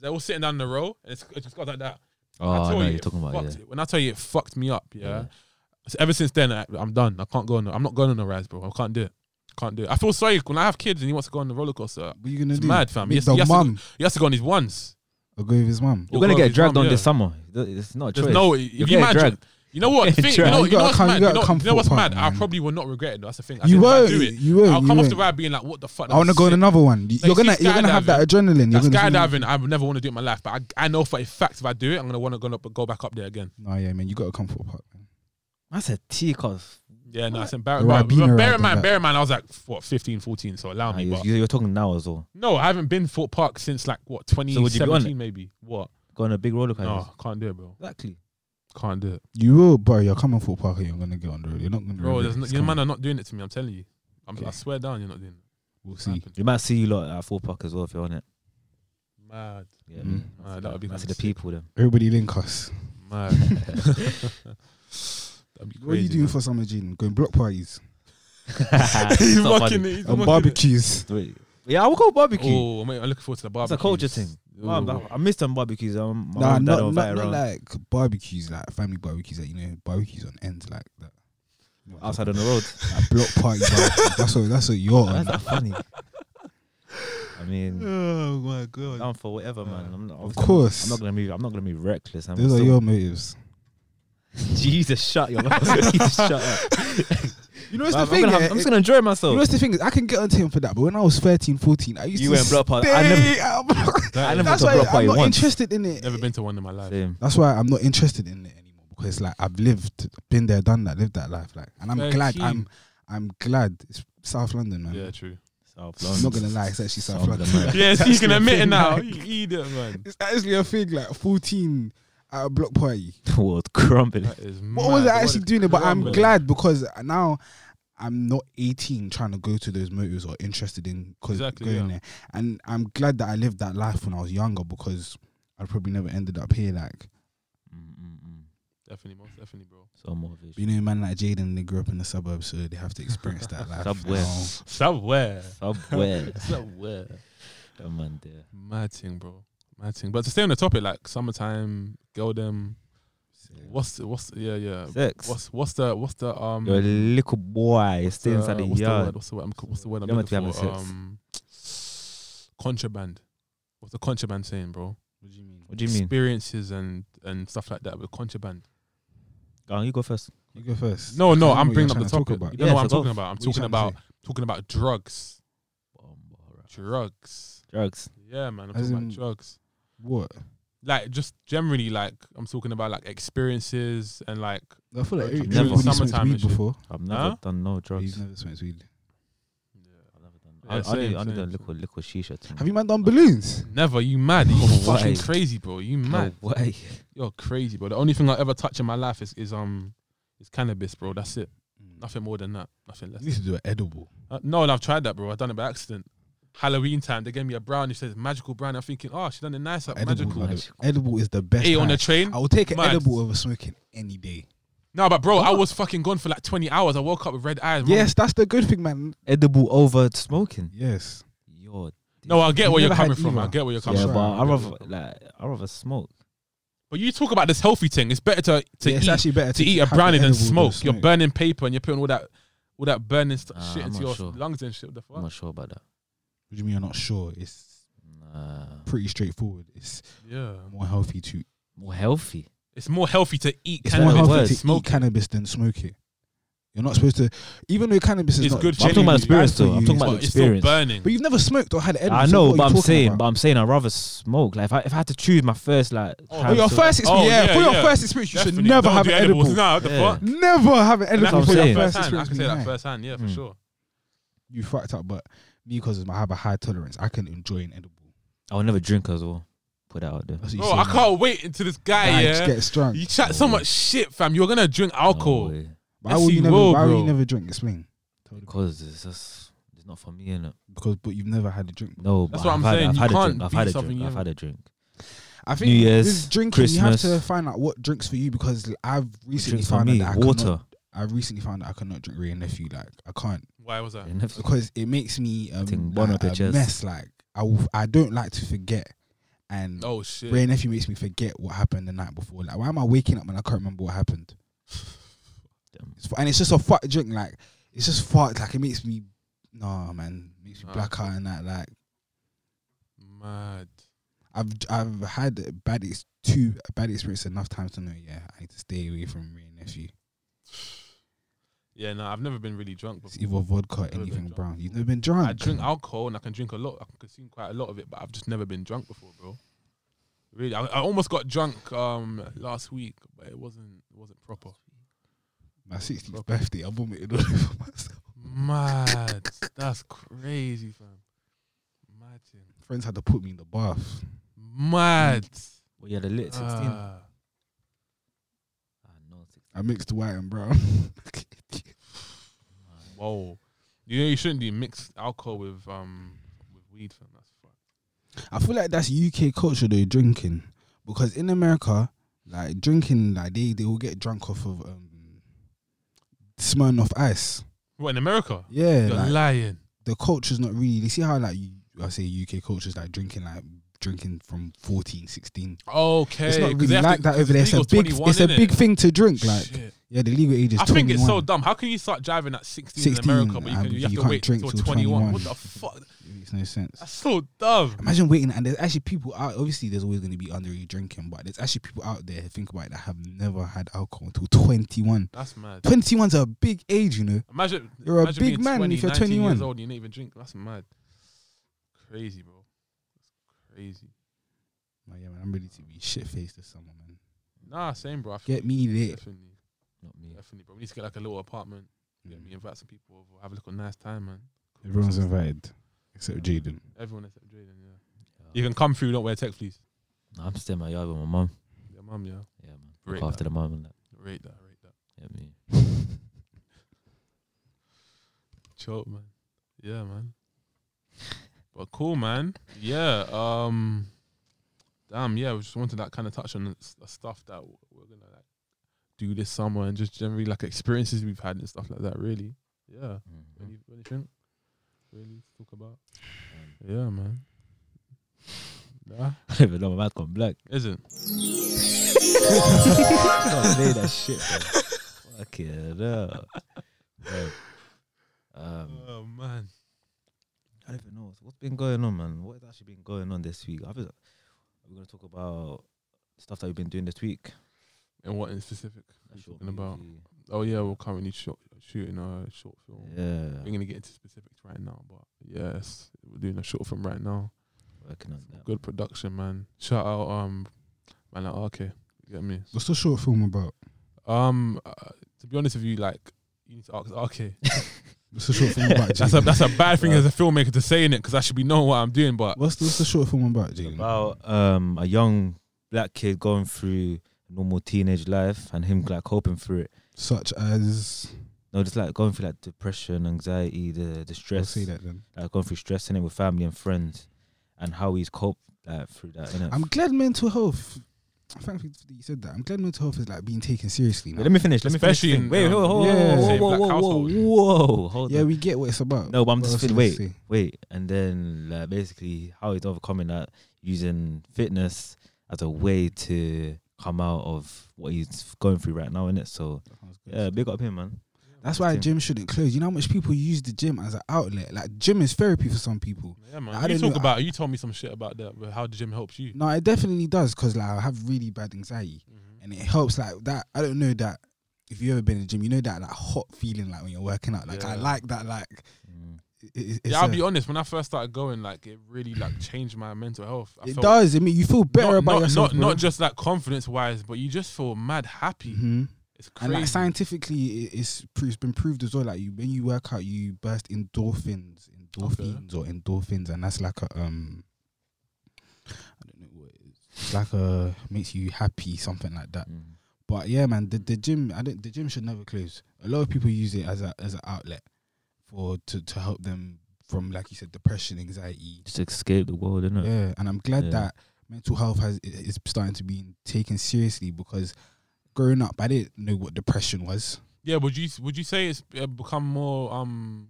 A: they're all sitting down in a row, and it's, it's just got like that.
C: Oh,
A: I
C: I,
A: tell
C: know what
A: you,
C: you're
A: it
C: talking about.
A: fucked
C: Yeah.
A: it. When I tell you it fucked me up, yeah.
C: Yeah.
A: So ever since then, I, I'm done. I can't go on. I'm not going on a rise, bro. I can't do it. can't do it. I feel sorry when I have kids and he wants to go on the roller coaster.
B: What are you gonna
A: It's
B: do?
A: mad, fam.
B: Make
A: Yes,
B: the
A: yes,
B: mum
A: He has to go on his ones.
B: or go with his mum.
A: Or
C: You're gonna
A: go
C: get
A: with his
C: dragged
A: mum,
C: on
A: yeah.
C: this summer. It's not a
A: There's
C: choice.
A: no. If you
C: getting
A: imagine,
C: dragged.
A: you know what?
C: You're
A: Thing, you
C: getting
A: know, you
B: dragged.
A: know what's
B: You gotta
A: mad.
B: come- you
A: You know,
B: gotta come
A: you know what's
B: full
A: mad.
B: part,
A: I
B: man.
A: probably will not regret it. That's the thing. I
B: You
A: didn't
B: will.
A: do it.
B: You will.
A: I'll
B: you
A: come off
B: will.
A: the ride being like, what the fuck?
B: I want
A: That
B: to
A: was
B: go on
A: sick.
B: another one. You-
A: No,
B: You're
A: you see
B: gonna you're gonna have that adrenaline. You're
A: That
B: gonna
A: skydiving, I would never want to do it in my life, but I, I know for a fact if I do it, I'm gonna want to go, up- go back up there again.
B: No, yeah, man. You gotta come for a park. Man.
C: That's a tea cause.
A: Yeah, no, it's
B: The
A: embarrassing. But, but
B: Ribena ride
A: bear in
B: and
A: mind,
B: that.
A: bear in mind, I was like what 15, 14, so allow
C: Ah,
A: me.
C: you-
A: but
C: you- You're talking now as well.
A: no, I haven't been Fort Park since like what twenty
C: would you be on
A: seventeen,
C: it?
A: maybe. What?
C: Go on a big roller coaster.
A: No, can't do it, bro.
C: Exactly.
A: Can't do it,
B: You will, bro. You're coming for a park. and You're gonna get on the road. You're not gonna.
A: bro.
B: regret
A: There's
B: it.
A: no,
B: It's
A: your
B: coming.
A: man are not doing it to me. I'm telling you. I'm, I
B: Okay.
A: swear down, you're not doing it.
B: We'll
A: It's not
B: see.
A: happening.
C: You might see you lot at Four Park as well if you're on it.
A: Mad,
C: Yeah,
B: Mm.
A: Ah, that would be
C: nice.
A: nice.
C: the people then.
B: Everybody link us.
A: mad. That'd be
B: What are you
A: crazy,
B: doing
A: man.
B: for summer, Gene? Going block parties
C: It's
A: He's
C: not
A: mocking
C: funny.
A: it. He's
B: and
A: mocking
B: barbecues.
C: Wait. Yeah, I will go
A: it.
C: barbecue.
A: Oh, mate, I'm looking forward to the
C: It's
A: barbecue.
C: a culture thing. Mom, I- I miss them barbecues. Um,
B: Nah,
C: my mom, dad
B: not,
C: don't
B: not,
C: invite
B: not
C: around.
B: like barbecues, like family barbecues, like you know, barbecues on ends like that. No,
C: outside on the road.
B: like block party. barbecue. that's what that's what you're
C: That's
B: on.
C: not funny. I mean,
A: Oh my god.
C: down for whatever, man. I'm not,
B: Of
C: obviously I'm not-
B: course.
C: I'm not gonna be. I'm not gonna be reckless. I'm
B: Those are
C: still-
B: your motives.
C: Jesus, shut your mouth. Jesus, shut up.
B: You know
C: But I'm, gonna have- I'm just gonna enjoy myself.
B: You know, what's the thing is, I can get onto him for that, but when I was 13, 14, I used
C: You
B: to
C: went block party.
B: stay
C: I
B: at block-
A: That
C: I
A: is-
C: never
B: That's
C: to
B: why
C: block
B: I'm
C: party
B: not
C: once.
B: interested in it.
A: never been to one in my life.
C: Same.
B: That's why I'm not interested in it anymore because, like, I've lived, been there, done that, lived that life, like, and I'm
A: Fair
B: glad.
A: key.
B: I'm, I'm glad. It's South London, man.
A: Yeah, true.
C: South
B: I'm not
C: London.
B: gonna lie, it's actually South,
C: South
B: London.
C: London.
A: Yeah, so you
B: That's
A: can
B: the
A: admit it
B: thing,
A: now.
B: like-
A: You idiot, man.
B: It's actually a thing, like 14 at a block party.
C: World crumbling.
A: That is
B: What was
A: mad.
B: I actually
A: a
B: doing? it? But I'm
A: crumble.
B: glad because now I'm not 18 trying to go to those motives or interested in cause
A: Exactly,
B: going
A: yeah.
B: there. And I'm glad that I lived that life when I was younger because I probably never ended up here. Like,
C: Mm-mm-mm.
A: Definitely, most definitely, bro.
C: So motivation.
B: you know, man like Jaden, they grew up in the suburbs, so they have to experience that life.
C: Subway.
B: now.
A: Somewhere.
C: Subway.
A: Somewhere.
C: That man there.
A: Mad thing, bro. Mad thing. But to stay on the topic, like summertime, girl them. What's what's yeah yeah.
C: Sex.
A: What's what's the what's the um
C: You're a little boy. You stay
A: the-
C: inside the
A: what's The
C: yard.
A: word? What's the word? I'm, what's the word I'm
C: You're meant to be
A: looking for?
C: having sex.
A: Um, contraband. What's the contraband saying, bro?
B: What do you mean?
C: What do you mean?
A: Experiences and and stuff like that with contraband.
C: Go on, you go first.
B: You go first.
A: No, no,
B: I don't know
A: I'm
B: what
A: bringing
B: you're
A: up the
B: trying
A: topic.
B: to talk
A: You
B: about.
A: don't know
C: Yeah,
A: what I'm
C: so go.
A: talking about. I'm
B: What you
A: talking
B: trying to
A: about talking about drugs. Drugs.
C: Drugs.
A: Yeah, man. I'm
B: As
A: talking about
B: in-
A: drugs.
B: What?
A: Like just generally, like I'm talking about like experiences and like
B: I feel like
A: Never.
B: everybody smokes
A: Summertime
B: weed
A: and shit.
B: before.
C: I've never
A: Huh?
C: done no drugs.
B: He's never smoked weed.
C: I've never done.
A: Yeah,
C: I, I need,
A: same,
C: I need a
A: same,
C: little, little shisha. To
B: Have you man done balloons?
A: never. You mad? You
C: Why?
A: fucking crazy, bro. You mad?
C: No way.
A: You're crazy, bro. The only thing I ever touch in my life is is um is cannabis, bro. That's it. Nothing more than that. Nothing
B: You
A: less.
B: need to do an edible.
A: Uh, no, and I've tried that, bro. I've done it by accident. Halloween time, they gave me a brownie. It says magical brownie. I'm thinking, oh, she done it nice, like
B: Edible,
A: magical.
B: man.
C: Magical.
B: edible is the best.
A: Hey, on
B: high.
A: the train.
B: I will take an
A: Mad.
B: edible over smoking any day.
A: No, but bro, I was fucking gone for like 20 hours. I woke up with red eyes. Mum-
B: Oh. Yes, that's the good thing, man.
C: Edible over smoking.
B: Yes.
C: You're
A: No, I get
B: You
A: where you're
B: never had
A: coming from. I
B: either.
A: get where you're
B: So
A: coming
C: yeah,
A: from.
B: sure
C: but
B: I'll
C: I rather like I rather smoke.
A: But you talk about this healthy thing. It's better to to
B: Yeah,
A: eat
B: it's actually better
A: to eat a
B: have the
A: brownie than
B: edible
A: smoke. You're
B: smoke.
A: burning paper and you're putting all that all that burning st-
C: Ah,
A: shit
C: I'm
A: into
C: not
A: your
C: sure.
A: lungs and shit. What the
C: I'm
A: fuck?
C: not sure about that.
B: What do you mean you're not sure? It's
C: Nah.
B: pretty straightforward. It's
A: Yeah,
B: more healthy to
C: More healthy.
A: it's more healthy to eat
B: it's
A: cannabis
B: more
A: than
B: healthy
C: words.
B: to
A: smoke.
B: eat cannabis than smoke it. You're not supposed to even though cannabis is
A: It's
B: not
A: good
C: I'm talking about
B: generally
C: experience
B: bad for
C: though. I'm
B: you,
C: talking
B: it's
C: about
A: but
B: not-
A: it's still
C: experience.
A: burning.
B: But you've never smoked or had an edible.
C: I
B: so
C: know,
B: what are
C: but
B: you
C: I'm
B: talking
C: saying,
B: about?
C: but I'm saying I'd rather smoke. Like if I if I had to choose my first like
A: Oh,
B: for
A: I'm
B: your first
A: Oh,
B: experience, yeah,
A: yeah,
B: for your
A: yeah.
B: first experience, you should
A: Definitely.
B: never
A: Don't
B: have
A: do
B: an edible.
A: edibles. Nah, what the
C: Yeah.
A: fuck?
B: Never have an
A: And I
B: edible
A: can
C: what
B: for
A: say that
B: your
C: saying.
B: first
A: firsthand. I
B: experience.
A: can say
B: being
A: that
B: high.
A: firsthand. Yeah, for
C: Mm.
A: sure.
B: You fucked up, but me because I have a high tolerance, I can enjoy an edible.
C: I would never drink as well. Put that out there.
B: That's what you
A: Bro,
B: say,
A: I
B: man.
A: can't wait until this guy.
B: Guy just
A: Ah, Yeah,
B: gets drunk.
A: you chat so
C: No way.
A: much shit, fam. You're gonna drink Oh, alcohol.
C: No way.
B: Why
A: Yes,
B: would
A: he
B: you never?
A: will,
B: why would
A: bro.
B: you never drink? Explain.
C: because it's just it's not for me innit?
B: Because but you've never had a drink.
C: No,
A: That's
C: but
A: what
C: I've
A: I'm
C: had,
A: saying.
C: I've
A: You
C: had a
A: can't
C: drink. I've
A: be
C: had a
A: something
C: drink.
A: you
C: I've
A: haven't-
C: had a drink.
B: I think
C: New Year's,
B: with drinking, you have to
C: Christmas.
B: find out what drinks for you because I've recently
C: Drinks for
B: found out
C: me,
B: that I
C: water.
B: Cannot, I recently found out I cannot drink Ray and Nephew. Like I can't
A: Why was that?
C: And if-
B: because it makes me um,
C: think one
B: like,
C: of the
B: a
C: chairs.
B: mess. Like I will, I don't like to forget, and
A: Oh shit.
B: Ray and Nephew makes me forget what happened the night before. Like why am I waking up and I can't remember what happened? It's fu- and it's just a fart drink. Like it's just fart. Like it makes me nah, man, makes you
A: Ah.
B: black out and that. Like
A: Mad.
B: I've I've had a bad ex- two a bad experience enough times to know. Yeah, I need to stay away from Ray and nephew.
A: Yeah, no, I've never been really drunk
B: It's
A: before.
B: either vodka,
A: been
B: anything
A: drunk.
B: brown. You've never been drunk.
A: I drink alcohol and I can drink a lot. I can consume quite a lot of it, but I've just never been drunk before, bro. Really, I, I almost got drunk um last week, but it wasn't it wasn't proper.
B: My 60th birthday, I vomited all over myself.
A: Mad, that's crazy, fam. Mad, thing.
B: Friends had to put me in the bath.
A: mad.
C: Well, you had a lit 16. Ah,
A: Ah.
C: no, 16.
B: I mixed white and brown.
A: Whoa. You know you shouldn't be mixed alcohol with um with weed fam. That's fucked.
B: I feel like that's UK culture though, drinking. Because in America, like drinking, like they, they will get drunk off of um Smirnoff ice.
A: What in America?
B: Yeah.
A: You're
B: Like,
A: lying.
B: the culture's not really they see how like you, I say UK culture's like drinking like drinking from 14, 16.
A: Okay.
B: it's not
A: 'cause
B: really
A: they have to-
B: like that over there. It's a
A: legal's
B: big
A: 21,
B: it's a
A: innit?
B: big thing to drink. Like
A: Shit.
B: yeah, the legal age is
A: I think it's so
B: 21.
A: dumb. How can you start driving at 16,
B: 16,
A: in America, but you,
B: um,
A: can, you
B: you
A: have to
B: can't
A: wait
B: drink
A: till
B: till
A: 21? What
B: 21.
A: the fuck?
B: It makes no sense.
A: That's so dumb.
B: Imagine waiting, and there's actually people out. Obviously, there's always going to be underage drinking, but there's actually people out there. Think about it, that have never had alcohol until 21.
A: That's mad.
B: 21's a big age, you know.
A: Imagine
B: You're a
A: imagine
B: big
A: being
B: man
A: 20,
B: if you're
A: 19
B: 21.
A: years old and you don't even drink. That's mad. Crazy, bro. That's crazy.
B: Like, Oh, yeah, man, I'm ready to be shit faced to someone, man.
A: Nah, same, bro. I feel
B: Get
A: you.
B: me lit.
A: Definitely,
C: Not me.
A: definitely, bro. We need to get like a little apartment. Get me invite some people over. Have a little nice time, man. Cook
B: Everyone's
A: some stuff.
B: invited except Jaden.
A: Everyone except Jaden. Yeah. You
C: Yeah.
A: can come through. Don't wear tech, please.
C: Nah, I'm staying in my yard with my mum.
A: Your mum, yeah.
C: Yeah, man.
A: Break
C: Look after
A: that.
C: the mum and that.
A: Rate that. Rate that.
C: Yeah, me.
A: Choke, man. Yeah, man. but cool, man. Yeah. Um. Damn. Yeah. We just wanted that kind of touch on the s- the stuff that w- we're gonna like do this summer and just generally like experiences we've had and stuff like that. Really. Yeah.
C: Mhm.
A: Any, anything really to talk about?
C: Um,
A: Yeah, man. Nah,
C: I don't even know my mouth gone black.
A: isn't.
C: Don't play that shit. Bro. Fuck it up. Bro. Um,
A: Oh man.
C: I don't even know what's- what's been going on, man. What has actually been going on this week? I feel we're gonna talk about stuff that we've been doing this week.
A: And what in specific?
C: That short
A: talking about?
C: movie.
A: Oh yeah, we're currently short, shooting a short film. We're
C: yeah,
A: gonna get into specifics right now, but yes, we're doing a short film right now.
C: working on that.
A: Good production, man. Shout out, um, man, like, okay, you get me.
B: What's the short film about?
A: Um, uh, to be honest with you, like. You need to ask, okay.
B: What's the short film about?
A: That's a
B: Jaden?
A: that's a bad thing
C: Right.
A: as a filmmaker to say in it because I should be knowing what I'm doing. But
B: What's the, what's the short film about, Jaden?
C: About um a young black kid going through normal teenage life and him like coping through it.
B: Such as.
C: No, just like going through like depression, anxiety, the the
B: I'll
C: stress,
B: say that then.
C: like going through stress in it with family and friends, and how he's coped like, through that. Innit?
B: I'm glad mental health. Thankfully that you said that. I'm glad mental health is like being taken seriously. Now.
C: Wait, let me finish. Let me finish.
A: Especially in,
C: wait,
A: um,
C: whoa, whoa,
B: yeah.
C: whoa,
B: Say
C: whoa,
A: black
C: whoa,
A: household.
C: whoa, whoa, hold
B: Yeah,
C: on.
B: we get what it's about.
C: No, but I'm
B: What
C: just
B: else
C: fin-
B: can I
C: wait.
B: say?
C: Wait, and then like, basically how he's overcoming that using fitness as a way to come out of what he's going through right now, innit? So yeah, big up him, man.
B: That's why
C: Same.
B: gym shouldn't close. You know how much people use the gym as an outlet. Like gym is therapy for some people.
A: yeah, man.
B: I
A: you
B: don't
A: talk
B: know,
A: about you told me some shit about that. But how the gym helps you?
B: No, it definitely does because like I have really bad anxiety and it helps like that. I don't know that if you ever been in the gym, you know that like hot feeling like when you're working out. Like I
A: Yeah.
B: like that. Like
C: Mm.
B: it, it, it's
A: Yeah, I'll
B: a-
A: be honest. When I first started going, like it really like changed my mental health. I
B: it
A: felt
B: does. I mean, you feel better
A: not,
B: about
A: not,
B: yourself.
A: Not, not just like confidence wise, but you just feel mad happy.
B: hmm
A: It's
B: And
A: crazy.
B: like scientifically, it- it's pr- it's been proved as well. Like you, when you work out, you burst endorphins, endorphins or endorphins, and that's like a um, I don't know what it is. It's like a makes you happy, something like that.
C: Mm.
B: But yeah, man, the, the gym, I don't, the gym should never close. A lot of people use it as a as an outlet for to to help them from like you said, depression, anxiety.
C: Just escape the world, innit?
B: Yeah, and I'm glad
C: Yeah.
B: that mental health has i- is starting to be taken seriously because growing up, I didn't know what depression was.
A: yeah, would you would you say it's uh, become more um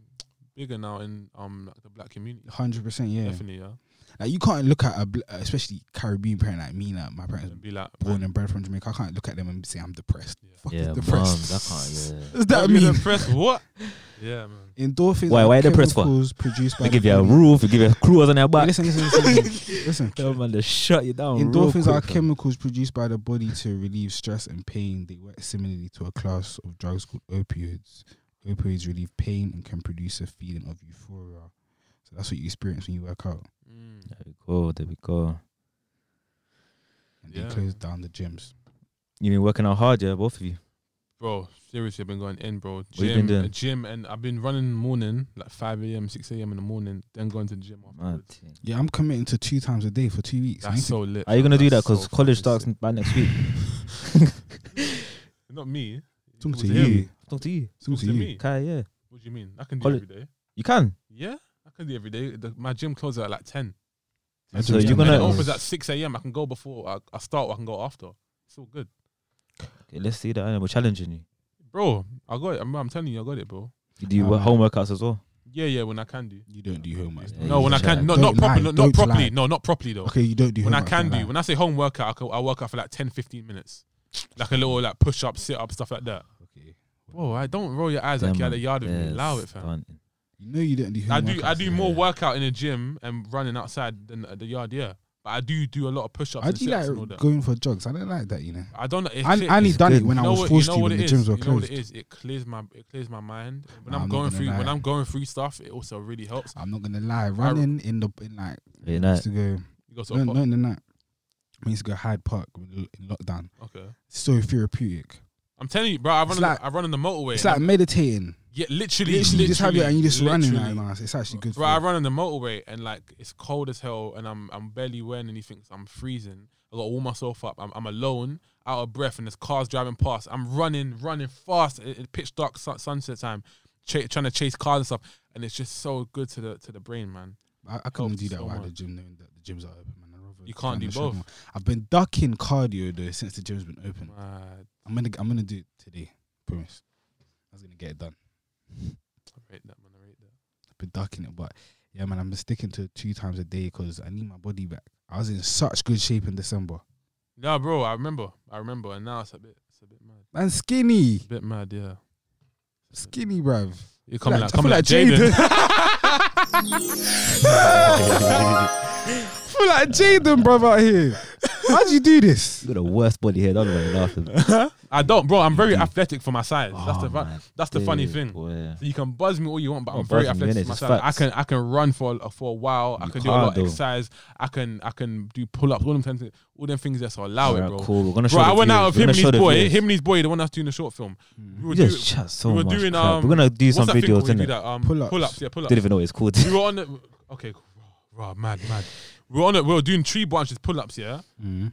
A: bigger now in um like the black community?
B: Hundred percent, yeah.
A: Definitely, yeah.
B: Like you can't look at a bl- especially Caribbean parent like me, like my parents
A: And be like,
B: born and bred from Jamaica. I can't look at them and say I'm depressed.
A: Yeah.
B: Fucking
C: Yeah, mom,
B: depressed.
C: that can't. Yeah.
B: Does that
A: "Don't be
B: mean
A: depressed, what? Yeah, man.
B: endorphins?
C: Why-
B: are
C: why you depressed for?
B: chemicals Produced by
C: They
B: the
C: give you a
B: body.
C: roof, they give you cruise on your
B: Wait,
C: back.
B: Listen, listen, listen, listen. listen.
C: Tell man to shut you down. real
B: Endorphins are
C: quick, fam.
B: chemicals produced by the body to relieve stress and pain. They work similarly to a class of drugs called opioids. Opioids relieve pain and can produce a feeling of euphoria. So that's what you experience when you work out.
A: Mm.
C: There we go. There we go.
B: And
A: Yeah.
B: they close down the gyms.
C: You been working out hard, yeah, both of you.
A: Bro, seriously, I've been going in, bro.
C: you
A: Gym, uh,
C: been doing?
A: gym, and I've been running in the morning, like 5 a.m., 6 a.m. in the morning, then going to the gym
C: Mad
A: afterwards.
C: thing.
B: Yeah, I'm committing to two times a day for two weeks. I
A: That's
B: need
A: so lit.
C: Are you
A: bro.
C: gonna do that?
A: That's
C: Because
A: so
C: college
A: fucking
C: starts
A: sick.
C: by next week.
A: Not me.
B: to talk to
A: Talk
B: you.
A: him.
C: Talk to you,
B: Talk to you.
A: me.
C: Kai. Yeah,
A: What do you mean? I can do
C: College-
A: every day.
C: you can.
A: Yeah, I can do every day. The, my gym closes at like 10.
B: That's
C: So
B: what
C: you're
B: I'm
A: And it
C: gonna-
B: saying.
A: opens at 6 a.m. I can go before I, I start or I can go after. It's all good.
C: Okay, let's see that. I know We're challenging you.
A: Bro, I got it. I'm, I'm telling you, I got it, bro.
C: You do
B: Nah,
C: wo-
B: man.
C: home workouts as well.
A: Yeah, yeah, when I can do.
B: You don't do homework.
C: Yeah,
A: no,
C: you
A: when I
C: should.
A: can. Not, not
B: Don't
A: properly.
B: lie,
A: No, not
B: don't
A: properly.
B: lie.
A: No, not properly, though.
B: Okay, you don't do
A: when I
B: homework,
A: can
B: don't
A: do,
B: lie.
A: when I say home workout, I, can, I work out for like 10, 15 minutes. Like a little like push up, sit up, stuff like that.
B: Okay.
A: Bro, I don't roll your eyes like
C: Damn,
A: you're at the
C: man.
A: yard with me.
C: Yes,
A: Allow it, fam.
C: done.
B: You know you don't do
A: I
B: homework.
A: do I do
B: outside.
A: more workout in the gym and running outside than at the yard, yeah. But I do do a lot of push ups
B: I
A: and
B: do
A: sit ups and all
B: like
A: that.
B: going for jogs. I don't like that, you know.
A: I don't know. It,
B: I,
A: clear-
B: I only
A: it's-
B: done
C: good.
B: it when
A: you
B: I
A: know
B: was
A: what-
B: forced
A: you know
B: to
A: what
B: when
A: it
B: the
A: is?
B: gyms were
A: You know what
B: closed.
A: it is? It clears my it clears my mind. When
B: Nah,
A: I'm,
B: I'm not
A: going
B: gonna
A: through when
B: lie.
A: I'm going through stuff, it also really helps.
B: I'm not gonna lie, running in the in like
C: Very
B: I
C: nice.
B: used to go
A: You got to
B: no, no, no, no. I used to go Hyde Park when lo- in lockdown.
A: okay.
B: It's so therapeutic.
A: I'm telling you, bro. I run
B: It's
A: on the,
B: like-
A: I run on the motorway.
B: It's
A: and
B: like meditating.
A: I'm- yeah, literally,
B: Literally, you just have it and you just running
A: literally.
B: like man. It's actually good.
A: Bro,
B: for
A: I
B: you.
A: run on the motorway and like it's cold as hell, and I'm I'm barely wearing anything. So I'm freezing. I gotta warm myself up. I'm, I'm alone, out of breath, and there's cars driving past. I'm running, running fast. It, it pitch dark sun, sunset time, ch- trying to chase cars and stuff. And it's just so good to the to the brain, man.
B: I, I couldn't
A: helps
B: do that
A: so
B: while the
A: much.
B: gym knowing that the gyms are open, man. I'd rather
A: You
B: go
A: can't
B: on
A: do
B: the treadmill.
A: both.
B: I've been ducking cardio though since the gym's been open.
A: Mad.
B: I'm gonna I'm gonna do it today. Promise. I was gonna get it done.
A: I rate that, man. I rate that.
B: I've been ducking it, but yeah, man, I'm sticking to two times a day because I need my body back. I was in such good shape in December.
A: No, bro. I remember. I remember. And now it's a bit it's a bit mad.
B: Man, skinny,
A: A bit mad, yeah.
B: skinny, bruv.
A: You're coming
B: Like-
A: like,
B: I feel
A: coming like,
B: like
A: Jaden.
B: I feel like Jaden, bruv, out here. How'd you do this?
C: You got the worst body here. Don't even laugh.
A: I don't, bro. I'm very athletic for my size. that's the
C: Oh,
A: fu-
C: my
A: that's the funny
C: days,
A: thing.
C: boy.
A: So you can buzz me all you want, but
C: Oh,
A: I'm very
C: buzz me,
A: athletic
C: innit?
A: for
C: It's
A: myself. I
C: facts.
A: can I can run for a- for a while. I
C: You
A: can do a lot
C: can't,
A: of
C: though.
A: exercise. I can I can do pull ups. All them things, all them things that's allowed,
C: Alright,
A: bro.
C: Cool. We're gonna show
A: Bro,
C: the
A: I went
C: viewers.
A: out of
C: We're
A: him
C: gonna
A: and
C: show
A: his
C: the
A: boy,
C: viewers.
A: him and his boy, the one that's doing the short film. We were
C: We
A: doing,
C: just chat so
A: we were
C: much.
A: doing,
C: crap.
A: um,
C: we're gonna do
A: what's
C: some
A: that thing called
C: videos
A: when you
C: in
A: do that? Um,
B: Pull-ups.
A: pull ups, yeah, pull ups.
C: Didn't even know what it's called.
A: we were on the okay, raw, mad, mad. We were on it. We were doing tree branches pull ups, yeah. Him
B: Mm.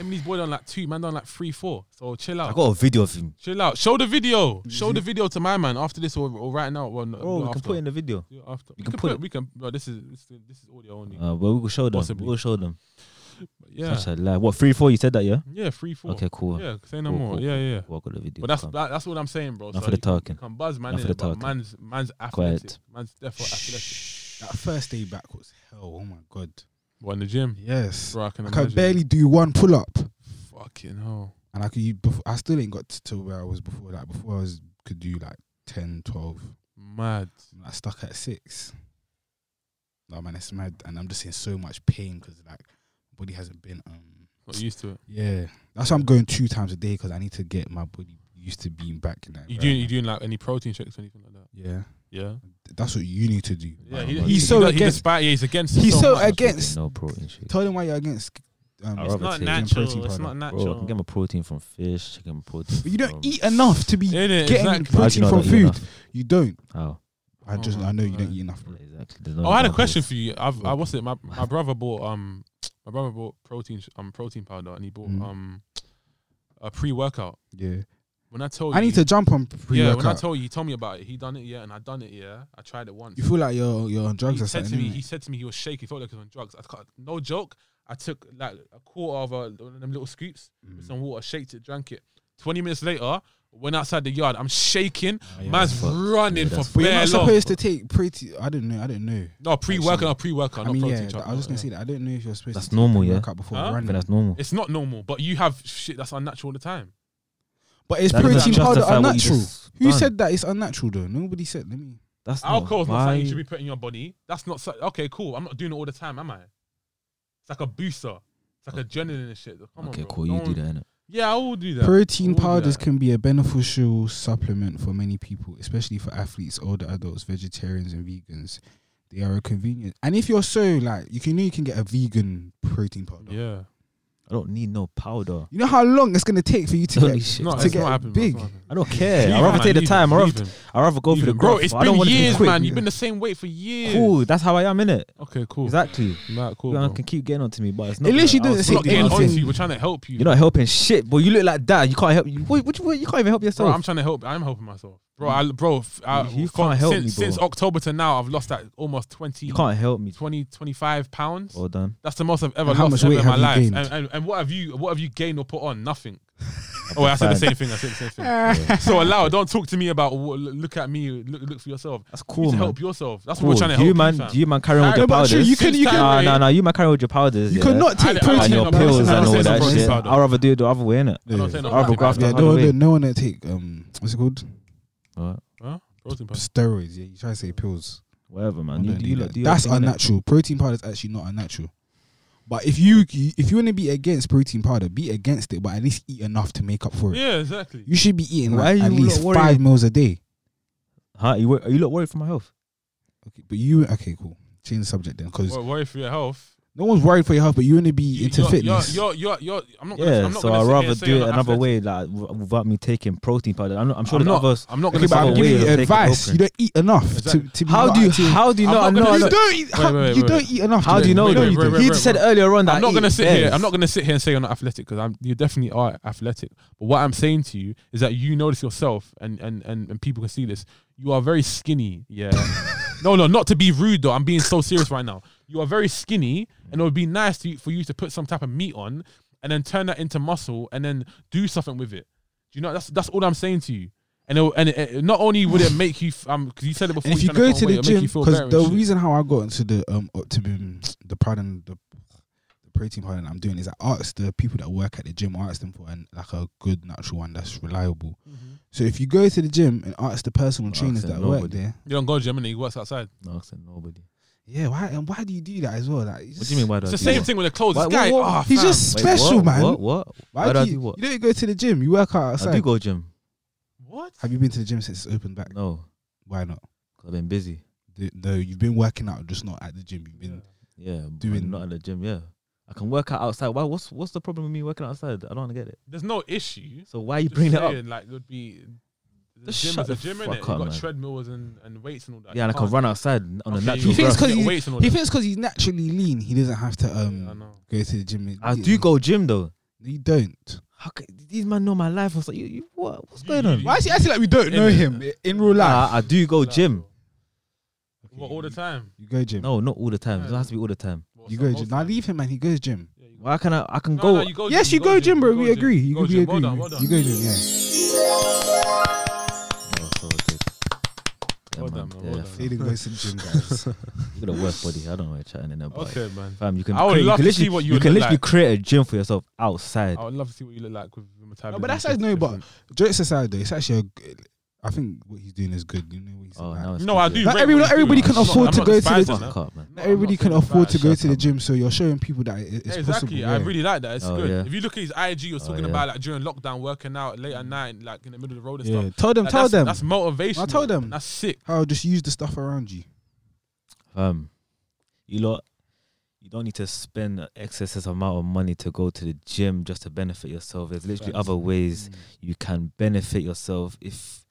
A: and his boy done like two, man done like three, four. So chill
C: I
A: out.
C: got a video of him.
A: Chill out. Show the video. Show the video to my man after this or, or right now. Well, no,
C: Bro, we
A: after.
C: can put in the video.
A: Yeah, after. We,
C: can
A: can,
C: put
A: put.
C: it-
A: We can. No, this is this, is- this is audio only.
C: Uh, but we'll show them.
A: Possibly.
C: We'll show them.
A: But yeah,
C: Such a lie. What three four? You said that, yeah?
A: yeah, three four.
C: Okay, cool.
A: Yeah, say no
C: Cool,
A: more.
C: cool,
A: Yeah, yeah.
C: Well, I got the video.
A: But that's
C: Come.
A: that, that's what I'm saying, bro.
C: Enough
A: so
C: of the
A: you can- you
C: talking.
A: can buzz man.
C: Enough of
A: innit?
C: the
A: But
C: talking.
A: Man's man's athletic.
C: Quiet.
A: Man's definitely athletic.
B: That first day back was hell. Oh my god.
A: What in the gym?
B: Yes.
A: Bro, I can
B: I
A: imagine.
B: could barely do one pull up,
A: Fucking hell.
B: and I could. u- Before, I still ain't got to, to where I was before. Like before, I was could do like 10, 12.
A: Mad.
B: I'm like stuck at six. Like man, it's mad, and I'm just in so much pain because like my body hasn't been um
A: Not used to it.
B: Yeah, that's why I'm going two times a day because I need to get my body used to being back in that.
A: You doing you
B: environment.
A: doing like any protein shakes or anything like that?
B: Yeah,
A: Yeah.
B: that's what you need to do.
A: Yeah.
B: Like,
A: He,
B: like,
A: he-
B: he's
A: he
B: so
A: does- he
B: against.
A: despite- yeah, he's against. it
B: He's so
A: much.
B: against.
C: No protein shake.
B: Tell him why you're against. Um,
C: I'd
B: it's
C: rather
B: not
C: take-
B: natural, protein it's not
C: Bro, I can get my protein from fish. I can get my protein.
B: but you don't
C: from-
B: eat enough to be
A: Innit,
B: getting
A: exactly.
C: How do
B: protein
C: you know I
B: from
C: don't eat
B: food.
C: enough?
B: You don't.
C: How?
B: I
A: Oh
C: Uh-huh.
B: just
A: my
B: I know you
A: God.
B: don't eat enough.
C: Yeah,
B: Bro.
C: exactly. There's no
A: Oh, I had a
C: examples.
A: question for you. I've, I
C: Okay.
A: what's it? My my brother bought um my brother bought protein sh- um protein powder and he bought
B: Mm.
A: um a pre workout.
B: Yeah,
A: When I told
B: I
A: you,
B: need to jump on
A: Oh, yeah. When I
B: pre-workout.
A: told you, he told me about it. He done it yeah, and I done it yeah. I tried it once.
B: you feel like you're you're on drugs
A: he
B: or
A: said
B: something.
A: to me,
B: innit?
A: he said to me, he was shaking. He felt like he was on drugs. I can no joke. I took like a quarter of a, one of uh, them little scoops with
B: Mm.
A: some water, shaked it, drank it. Twenty minutes later, went outside the yard. I'm shaking.
C: Oh, yeah,
A: Man's
C: that's fucked.
A: running
C: Yeah, that's
A: for
B: But you're
A: bare
B: not
A: long.
B: supposed to take protein. I didn't know. I didn't know.
A: No pre-workout, no pre-workout,
B: I
A: not
B: mean, yeah.
A: protein. shake,
B: I was just
A: no,
B: gonna say that. I didn't know if you're supposed.
C: That's
B: to take
C: normal, yeah?
B: pre-workout before
A: Huh? I
C: I think
B: running.
C: that's normal.
A: It's not normal, but you have shit that's unnatural all the time.
B: But is
C: That doesn't
B: protein powder
C: justify what you
B: unnatural?
C: just
B: Who
C: done.
B: said that it's unnatural though? Nobody said. Let me.
C: That's not
A: Alcohol's not something you
C: why-
A: should be putting in your body. That's not so, okay. Cool. I'm not doing it all the time, am I? It's like a booster. It's like adrenaline and shit. Come
C: Okay,
A: on, bro.
C: cool. You
A: Don't-
C: do that, innit?
A: Yeah, I will do that.
B: Protein
A: All that.
B: powders can be a beneficial supplement for many people, especially for athletes, older adults, vegetarians, and vegans. They are a convenient. And if you're so like, you can know you can get a vegan protein powder.
A: yeah.
C: I don't need no powder.
B: You know how long it's gonna take for you to
C: Holy
B: get
C: shit.
A: No,
B: to
A: it's
B: get
A: not happening. bro. It's
B: big.
A: not happening.
C: I don't care.
A: Leave
C: I'd
A: him,
C: rather
A: man,
C: take the
A: leave
C: time.
A: him,
C: I'd rather,
A: leave him.
C: I'd rather go for the
A: Even- bro,
C: growth.
A: it's
C: I don't
A: been
C: want it to be
A: years,
C: quick.
A: man. You've been the same weight for years.
C: Cool. That's how I am, innit?
A: Okay, cool.
C: Exactly.
A: Nah, cool.
C: You
A: bro.
C: can keep getting onto me, but it's not.
B: At least you
C: gonna-
B: didn't
C: I'll
A: We're
B: say
A: not
C: stop getting
A: getting
C: onto
A: on
B: anything.
A: to
C: you.
A: you. We're trying to help you.
C: You're not helping shit, but you look like that. You can't help. You, what, what, what, you can't even help
A: bro,
C: yourself.
A: I'm trying to help. I'm helping myself, bro. I, bro, f- I,
C: You- you
A: from-
C: can't help
A: since,
C: me, bro.
A: since October to now, I've lost that almost 20,
C: you can't help me.
A: 20 25 pounds.
C: Well done.
A: That's the most I've ever
B: And how
A: lost
B: much
A: ever
B: weight
A: in my
B: have you
A: life.
B: gained?
A: And, and, and what have you what have you gained or put on? Nothing. oh, wait, I said the same thing. I said the same thing. so allow. Don't talk to me about wha- look at me. Look, look for yourself.
C: That's
A: You
C: cool,
A: need to
C: man.
A: help yourself. That's
C: cool.
A: what we're trying to help
C: you, man.
A: fam.
C: you, man, carry on
A: Alright,
C: with your
B: but
C: powders.
B: sure, you
A: Since
B: can- you
A: that
B: can-
C: Nah,
A: rate-
C: nah, nah. You, man, carry on with your powders.
B: You
C: yeah.
B: could not
A: I- I-
B: take
C: and
B: protein
A: I-
C: your
A: I-
B: powder.
C: pills and
A: I-
C: all
A: I-
C: that
A: I-
C: shit.
A: I-
C: I'd rather do it the other way, innit?
A: I don't say no
C: I'd
A: powder,
C: rather
A: powder.
C: graft the
B: Yeah,
A: That's
C: other
B: no, no,
C: way.
B: no one that take um, what's it called?
C: Alright,
A: Huh? Protein powder.
B: Steroids. Yeah, you try to say pills.
C: Whatever,
B: I
C: man. You,
B: don't
C: you
B: do
C: look,
B: that.
C: do your
B: That's
C: thing, innit?
B: unnatural. Protein powder is actually not unnatural. But if you if you want to be against protein powder, be against it. But at least eat enough to make up for it.
A: Yeah, exactly.
B: You should be eating
C: Why
B: like,
C: are
B: at
C: you not
B: least
C: worried?
B: five meals a day.
C: Huh? You, wor- you look worried for my health.
B: Okay, but you okay? Cool. Change the subject then, because
A: Wor- worry for your health.
B: no one's worried for your health, but you want to be into
A: you're,
B: fitness.
A: You're, you're, you're, you're, I'm not. gonna,
C: Yeah,
A: I'm not
C: so
A: gonna
C: I'd
A: sit here
C: rather
A: and say
C: do it
A: I'm
C: another
A: athletic.
C: way, like w- without me taking protein powder. I'm, I'm sure
A: I'm
C: the
A: not,
C: others.
A: I'm not
B: okay,
A: gonna.
B: but
A: sit
B: I'm
A: here-
B: giving you
C: ways of taking
B: advice.
C: protein.
B: You don't eat enough to,
A: Exactly.
B: to be.
C: How
B: not
C: do you?
B: active.
C: How do you
A: I'm
C: not?
A: not gonna
C: know?
A: do
C: I know-
B: You don't eat. How,
A: wait,
B: you
A: wait.
B: don't eat enough.
C: How do you know?
A: Wait,
C: though?
A: wait, wait, wait,
C: He
A: wait,
C: said
A: wait.
C: earlier on that
A: I'm
C: I
A: not gonna
C: eat
A: sit here.
C: bears.
A: I'm not gonna sit here and say you're not athletic because I'm. You definitely are athletic. But what I'm saying to you is that you notice yourself, and and and, and people can see this. You are very skinny. Yeah. no, no, not to be rude though. I'm being so serious right now. You are very skinny, and it would be nice to, for you to put some type of meat on, and then turn that into muscle, and then do something with it. Do you know? That's that's all I'm saying to you. And it, and it, it- not only would it make you, f- um, because you said it before.
B: And if you
A: you're
B: go
A: trying
B: to
A: put on
B: the
A: weight, it'll make
B: gym,
A: you feel better
B: because
A: and
B: the
A: shit.
B: reason how I got into the um optimum, the pride and the, the protein powder that I'm doing is I asked the people that work at the gym, I asked them for an like a good natural one that's reliable. So if you go to the gym and ask the personal
C: Ask
B: trainers
C: them,
B: that work
C: nobody.
B: there,
A: you don't go to the gym and he works outside.
C: No, I said nobody.
B: yeah, why and why do you do that as well? Like,
C: What do you mean? Why do
A: It's
C: I
A: the
C: do
A: same
C: what?
A: thing with the clothes.
C: Why-
A: this guy,
C: what- what-
A: ah,
B: He's
A: fam.
B: just
C: Wait,
B: special,
C: what?
B: man.
C: What? What?
B: Why,
C: Why
B: do,
C: do I
B: you,
C: do what?
B: you don't go to the gym? You work out outside.
C: I do go gym.
A: What?
B: Have you been to the gym since it's opened back?
C: No,
B: Why not?
C: 'cause I've been busy.
B: D- No, you've been working out, just not at the gym. You've been
C: Yeah, but
B: Doing-
C: not at the gym. Yeah, I can work out outside. Why? What's What's the problem with me working outside? I don't get it.
A: There's no issue.
C: So why you
A: Just
C: bring it up?
A: saying, Like, it would be. The
C: Just
A: gym
C: shut
A: is a
C: the
A: gym,
C: fuck
A: innit? You've
C: up,
A: got
C: man.
A: treadmills and, and weights and all that.
C: Yeah, and I can run outside on a
A: Okay,
C: natural
A: you-
B: He thinks
C: grass.
B: 'cause
A: Get
B: he's-
A: weights and all
B: He
A: that.
B: thinks because he's naturally lean, he doesn't have to um
A: Yeah, I know.
B: go to the gym.
C: I do go gym though.
B: No, you don't.
C: How could, these man know my life? I was like, you, you what? What's
A: You-
C: going
A: you-
C: on?
A: you-
B: Why is he acting like we don't know him i- in real life?
C: Nah, I do go
A: Like,
C: gym.
A: What, all the time?
B: You go gym.
C: No, not all the time. It
A: Yeah.
C: has to be all the time.
A: Well,
B: You
A: so
B: go
A: most
B: gym. Now
A: time.
B: leave him, man. He goes gym.
A: Yeah, you go-
C: Why can I? I can
A: No,
C: go.
A: no, you go
B: yes,
A: gym,
B: you go gym, bro.
A: you
B: We
A: go
B: agree.
A: gym,
B: You
A: go
B: we
A: gym.
B: agree.
A: Well done, well done.
B: You go gym. Yeah.
C: Oh, so good. Yeah,
A: Well done,
C: man.
A: man,
C: Yeah,
A: well
C: fam.
A: done.
B: He didn't go to the gym, guys.
C: You got a work body. I don't know what you're chatting in about.
A: Okay, man.
C: Fam, you can.
A: I would
C: create- you
A: love
C: can
A: to see
C: literally-
A: what you
C: you
A: would
C: can
A: look
C: literally
A: like. Oh,
C: create a gym for yourself outside.
A: I would love to see what you look like with your metabolism.
B: no, but
A: and
B: that's like
A: shit.
B: no, but jokes aside, though, it's actually a. Good, I think what he's doing is good. You know what he's
C: Oh,
B: about.
C: now it's
A: No, I
C: good,
A: do.
C: yeah.
B: Not
A: rate
B: every-
A: what
B: not
A: you do,
B: everybody
A: man.
B: can
A: I'm not-
B: afford
A: I'm
B: to
A: not
B: go to the
A: despising
B: gym.
A: that.
C: Fuck up, man.
A: No,
B: Not
A: I'm
B: everybody
A: not
B: can
A: saying
B: afford
A: that.
B: to go to the
C: Shut up.
B: gym, so you're showing people that it- it's
A: Yeah,
B: possible.
A: exactly. I
B: yeah.
A: really like that. It's
C: Oh,
A: good.
C: yeah.
A: If you look at his IG, he was
C: Oh,
A: talking
C: yeah.
A: about like during lockdown, working out late at night, like in the middle of the road and
B: Yeah.
A: stuff.
B: Tell them,
A: Like,
B: tell
A: that's,
B: them.
A: That's motivation.
B: I told them.
A: That's sick.
B: How just use the stuff around you.
C: Um, you lot, you don't need to spend an excessive amount of money to go to the gym just to benefit yourself. There's literally
B: Facts.
C: other ways you can benefit yourself if,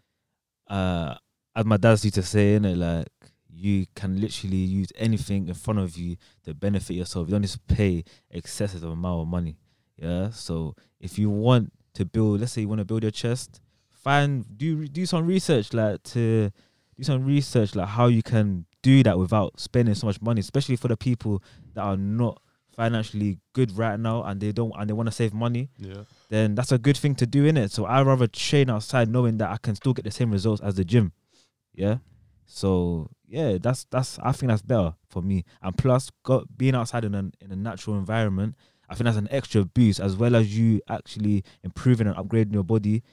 C: uh, as my dad used to say, in it like you can literally use anything in front of you to benefit yourself. You don't need to pay excessive amount of money. Yeah, so if you want to build, let's say you want to build your chest, find do do some research like to do some research like how you can do that without spending so much money, especially for the people that are not financially good right now and they don't and they want to save money,
A: Yeah.
C: then that's a good thing to do, innit? So I'd rather train outside knowing that I can still get the same results as the gym. Yeah. So yeah, that's that's I think that's better for me. And plus got being outside in an in a natural environment, I think that's an extra boost as well as you actually improving and upgrading your body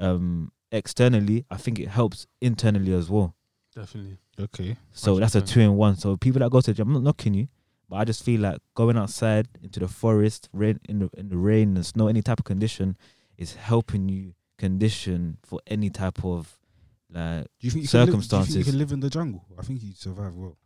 C: um externally, I think it helps internally as well.
A: Definitely.
B: Okay.
C: So that's a
A: 100%.
C: two in one. So people that go to the gym, I'm not knocking you, but I just feel like going outside into the forest, rain in the in the rain and snow, any type of condition, is helping you condition for any type of like.
B: Do you think you can live- do you think you
C: Circumstances.
B: can live in the jungle? I think you'd survive well.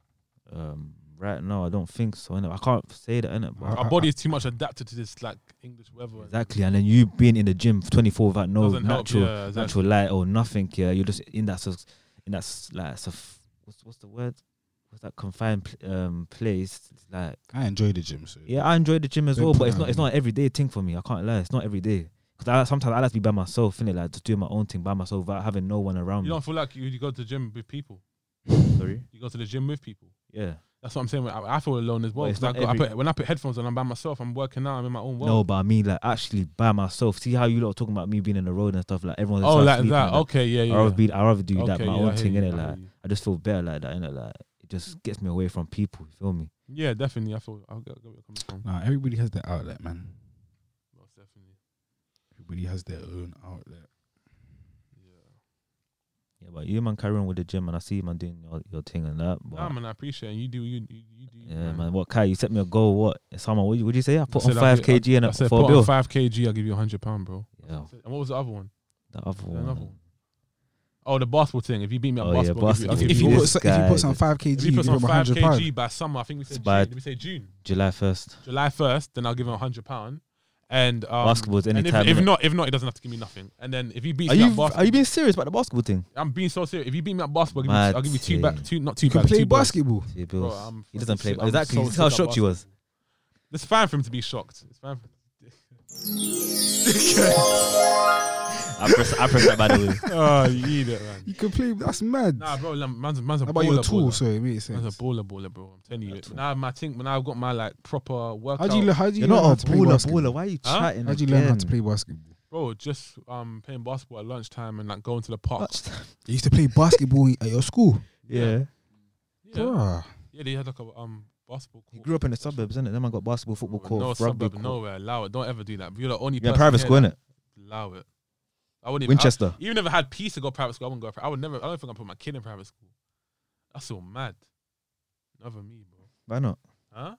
C: Um, right now, I don't think so. Innit? I can't say that innit,
B: I-
C: but
A: Our
B: I-
A: body is too much adapted to this like English weather.
C: exactly. And then you being in the gym for 24 without no
A: Doesn't help.
C: natural
A: yeah, exactly.
C: natural light or nothing. Yeah, you're just in that sus- in that s- like suff- what's what's the word? What's that confined pl- um place like.
B: I enjoy the gym. So
C: Yeah, I enjoy the gym as
B: Big
C: well, but it's not
B: time.
C: it's not an everyday thing for me. I can't lie, it's not every day. Cause I sometimes I like to be by myself, innit? Like just doing my own thing by myself without having no one around
A: You don't feel like you, you go to the gym with people.
C: me. Sorry.
A: You go to the gym with people.
C: Yeah.
A: That's what I'm saying. I, I feel alone as well.
C: But it's
A: 'cause I
C: not
A: got- I
C: every-
A: put, when I put headphones on, I'm by myself. I'm working out. I'm in my own
C: No,
A: world.
C: but I mean like actually by myself. See how you lot talking about me being in the road and stuff, like everyone's
A: oh,
C: outside
A: like
C: sleeping
A: that.
C: and
A: Okay, yeah, yeah.
C: I'd rather be I'd rather do that
A: Okay,
C: my
A: yeah, I
C: own
A: hear
C: thing,
A: you, I
C: innit?
A: hear
C: Like
A: you.
C: I just feel better like that, innit? Like it just gets me away from people, you feel me?
A: yeah, definitely. I feel. I'll get, get where you're coming from.
B: Nah, everybody has their outlet, man.
A: Most definitely.
B: Everybody has their own outlet.
A: Yeah.
C: Yeah, but you man carry on with the gym and I see you man doing your, your thing and that. But
A: Nah, man, I appreciate it. You do. You, you, you do. you,
C: yeah, man. What Kai, you set me a goal, what? Someone what would you say? I put
A: I
C: on
A: said I'll
C: five
A: give-
C: kg and
A: I
C: a
A: said
C: for a
A: put on
C: bill.
A: five kg. I'll give you a hundred pound, bro.
C: Yeah.
A: And what was the other one?
C: The other
A: Is there another
C: one.
A: one? Oh, the basketball thing. If you beat me at
C: Oh, yeah,
A: basketball, I'll give you- I'll
C: basketball.
A: give
B: If
C: If
B: you,
A: you
C: this
B: put, so- if you
C: guy
B: put some
C: did-
B: five
A: If
B: kg, you
A: he
B: give
A: puts on
B: him
A: five
B: hundred pounds.
A: kg by summer, I think we said
C: By-
A: June. Did we say June?
C: July first.
A: July first, then I'll give him a hundred pound. And um,
C: Basketball's any
A: and if,
C: time,
A: if
C: innit?
A: not, if not, he doesn't have to give me nothing. And then if he beats
C: Are
A: me
C: you
A: at basketball,
C: are you being serious about the basketball thing?
A: I'm being so serious. If you beat me at basketball, give me,
C: Mad
A: I'll give you two
C: thing.
A: back, two not two
B: You can
A: back,
B: play
A: two balls.
B: basketball.
C: Yeah,
A: Bro,
C: Bills.
A: I'm
C: he doesn't play.
A: fucking sick. I'm
C: exactly.
A: so
C: This is how
A: sick of
C: shocked you was.
A: It's fine for him to be shocked. It's fine. For
C: I press. I press that by the way.
A: oh, you need it, man.
B: You can play. That's mad.
A: Nah, bro, like, man's, man's a
B: How
A: baller.
B: about your tool?
A: baller.
B: So it makes sense.
A: Man's a baller, baller, bro. I'm telling you.
C: That's all.
A: Now, my thing when I got my like proper workout,
B: How do you le- how do you
C: You're
B: learn how
C: not a
B: to play
C: baller,
B: basketball?
C: baller. Why are you
A: Huh?
C: chatting?
B: How do you learn how to
C: again?
B: play basketball?
A: bro, just um playing basketball at lunchtime and like going to the park.
B: You used to play basketball at your school,
C: Yeah.
A: Yeah,
B: Bruh.
A: yeah, they had like a um basketball
C: You
A: court.
C: grew up in the suburbs, innit? Then I got basketball, football court,
A: no
C: rugby
A: suburb,
C: court.
A: nowhere. Allow it. Don't ever do that. You're the only.
C: You're in
A: person
C: private
A: here
C: school,
A: that-
C: innit?
A: Allow it. I wouldn't even. I-
C: Winchester.
A: Even if I had peace to go private school, I wouldn't go. pri- I would never. I don't think I put my kid in private school. That's so mad. Never me, bro.
C: Why not?
A: Huh?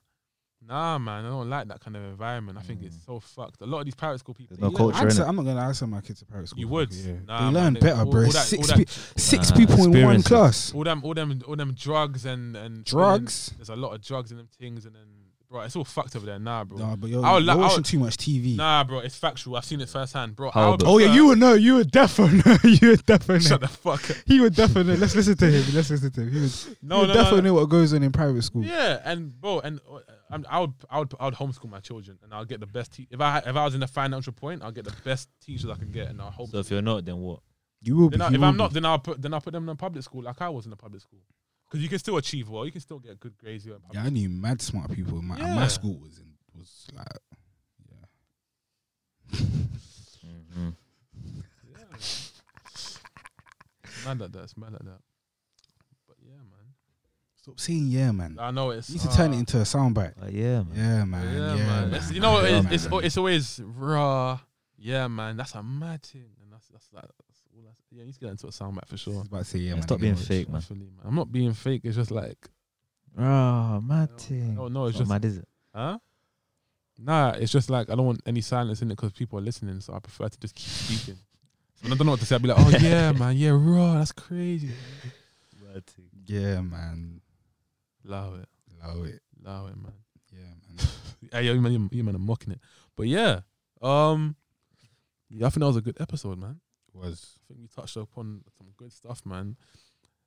A: Nah, man. I don't like that kind of environment. I think it's
C: Mm.
A: so fucked. A lot of these private school people.
C: There's no
A: they-
B: Yeah,
C: culture,
B: I'd
C: innit?
B: say- I'm not gonna answer my kids to private school.
A: You would.
B: Yeah.
A: Nah,
B: they
A: man,
B: learn
A: they-
B: better,
A: all-
B: bro.
A: all that-
B: six
A: all that-
B: pe- six
C: Nah,
B: people in one
C: experiences.
B: class.
A: All them, all them, all them drugs and and
B: Drugs.
A: There's a lot of drugs and them things, and then bro, it's all fucked over there. Nah, bro.
B: Nah, but you're,
A: I would
B: you're
A: like- I
B: watching
A: would-
B: too much TV.
A: Nah, bro. It's factual. I've seen it firsthand, bro.
C: How
A: I would
C: old?
B: Oh yeah,
A: prefer-
B: you would know. You would definitely. you would definitely.
A: Shut the fuck up.
B: He would definitely. Let's listen to him. Let's listen to him. He would,
A: No,
B: he
A: no,
B: would
A: no,
B: definitely
A: no.
B: know what goes on in private school.
A: Yeah, and bro, and uh, I'm, I would, I would, I would homeschool my children, and I'll get the best. Te- if I, if I was in the financial point, I'll get the best teachers I can get, and I'll
C: So
A: homeschool.
C: if you're not, then what?
B: You will be.
A: Then I,
B: he
A: if
B: will
A: I'm
B: be.
A: not, then I'll put, then I'll put them in a public school, like I was in a public school, because you can still achieve well. You can still get good grades. here in public
B: yeah, I knew mad smart people. My, and
A: Yeah.
B: my school was in was like, yeah.
C: Mhm.
A: Yeah, man. It's mad like that. It's mad like that. But yeah, man.
B: Stop saying yeah, man.
A: I know it's.
B: You need to turn
A: uh,
B: it into a soundbite.
C: But yeah, man.
B: Yeah,
A: Yeah,
B: man.
A: man.
B: Yeah, man.
A: It's- you know what?
B: Yeah,
A: It's, it's,
B: man.
A: al- it's always raw. Yeah, man. That's a mad thing, and that's that's like that's all. That's, yeah, you need to get into a soundbite for
B: I was
A: sure.
B: about to say, yeah, man.
C: Stop
B: you
C: being
B: know,
C: fake, man.
A: Definitely, man. I'm not being fake. It's just like,
C: Oh, mad thing.
A: oh no, it's
C: Not
A: just,
C: mad, is it?
A: huh? Nah, it's just like I don't want any silence in it because people are listening, so I prefer to just keep speaking. When I don't know what to say, I'll be like, oh yeah, man, yeah, raw, that's crazy.
B: Yeah, man.
A: Love it,
B: Love it.
A: love it, man.
B: Yeah, man.
A: Hey, yo, you man, you- you man, are mocking it. But yeah, um, yeah, I think that was a good episode, man.
B: was
A: I think we touched upon some good stuff, man.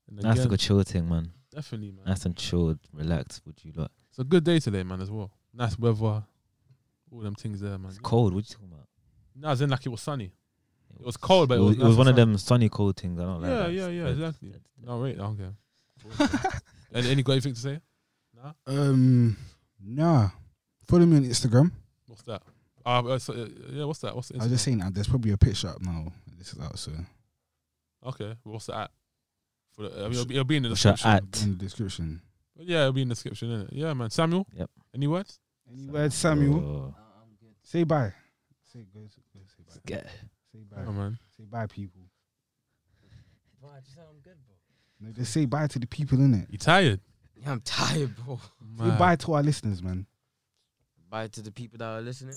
A: And
C: Nice to
A: again,
C: go chill thing, man.
A: definitely, man.
C: Nice and chilled, relaxed. Would you like?
A: It's a good day today, man, as well. Nice weather, all them things there, man.
C: It's cold. What you talking about?
A: No, as in like it was sunny. It was cold, but it was
C: it was
A: nice
C: one of
A: and
C: them sunny cold things. I don't like.
A: Yeah,
C: that.
A: yeah, yeah,
C: It's-
A: exactly.
C: it's- it's-
A: No, wait, Oh, okay. and, and you got anything to say?
B: um nah. Follow me on Instagram.
A: What's that? Uh, uh, so, uh, yeah, what's that? What's the
B: I was just
A: Instagram?
B: saying, uh, there's probably a picture up now. This is out soon.
A: Okay, what's that? For the, I mean, it'll, be, it'll be in the
C: What's your
A: description.
C: at?
B: In the description.
A: Yeah, it'll be in the description, innit? Yeah, man. Samuel.
C: Yep.
A: Any words?
B: Any words, Samuel?
C: Oh,
B: Say bye. Say good. good, Say bye.
C: get-
B: Say
A: Oh,
B: bye.
A: man.
B: Say bye, people. No, just say bye to the people, innit?
A: You tired?
D: Yeah, I'm tired, bro.
B: Say
A: Man.
B: bye to our listeners, man.
D: Bye to the people that are listening.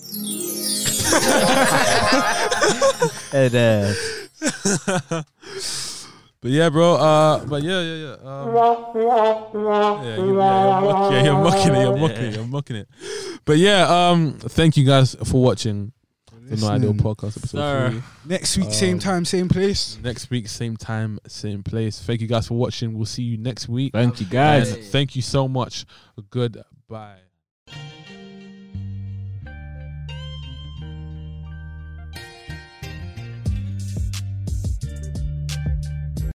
C: Ed, uh,
A: But yeah, bro. Uh, but yeah, yeah, yeah. Um, yeah, you, yeah, you're muck- yeah, you're mucking it. You're mucking it. You're mucking it. But yeah, um, thank you guys for watching the No Ideal
B: Listening.
A: Podcast episode
D: Sir.
A: three.
B: Next week, same
A: Um,
B: time, same place.
A: Next week, same time, same place. Thank you guys for watching. We'll see you next week.
C: thank you
A: And
C: guys.
A: thank you so much. Goodbye.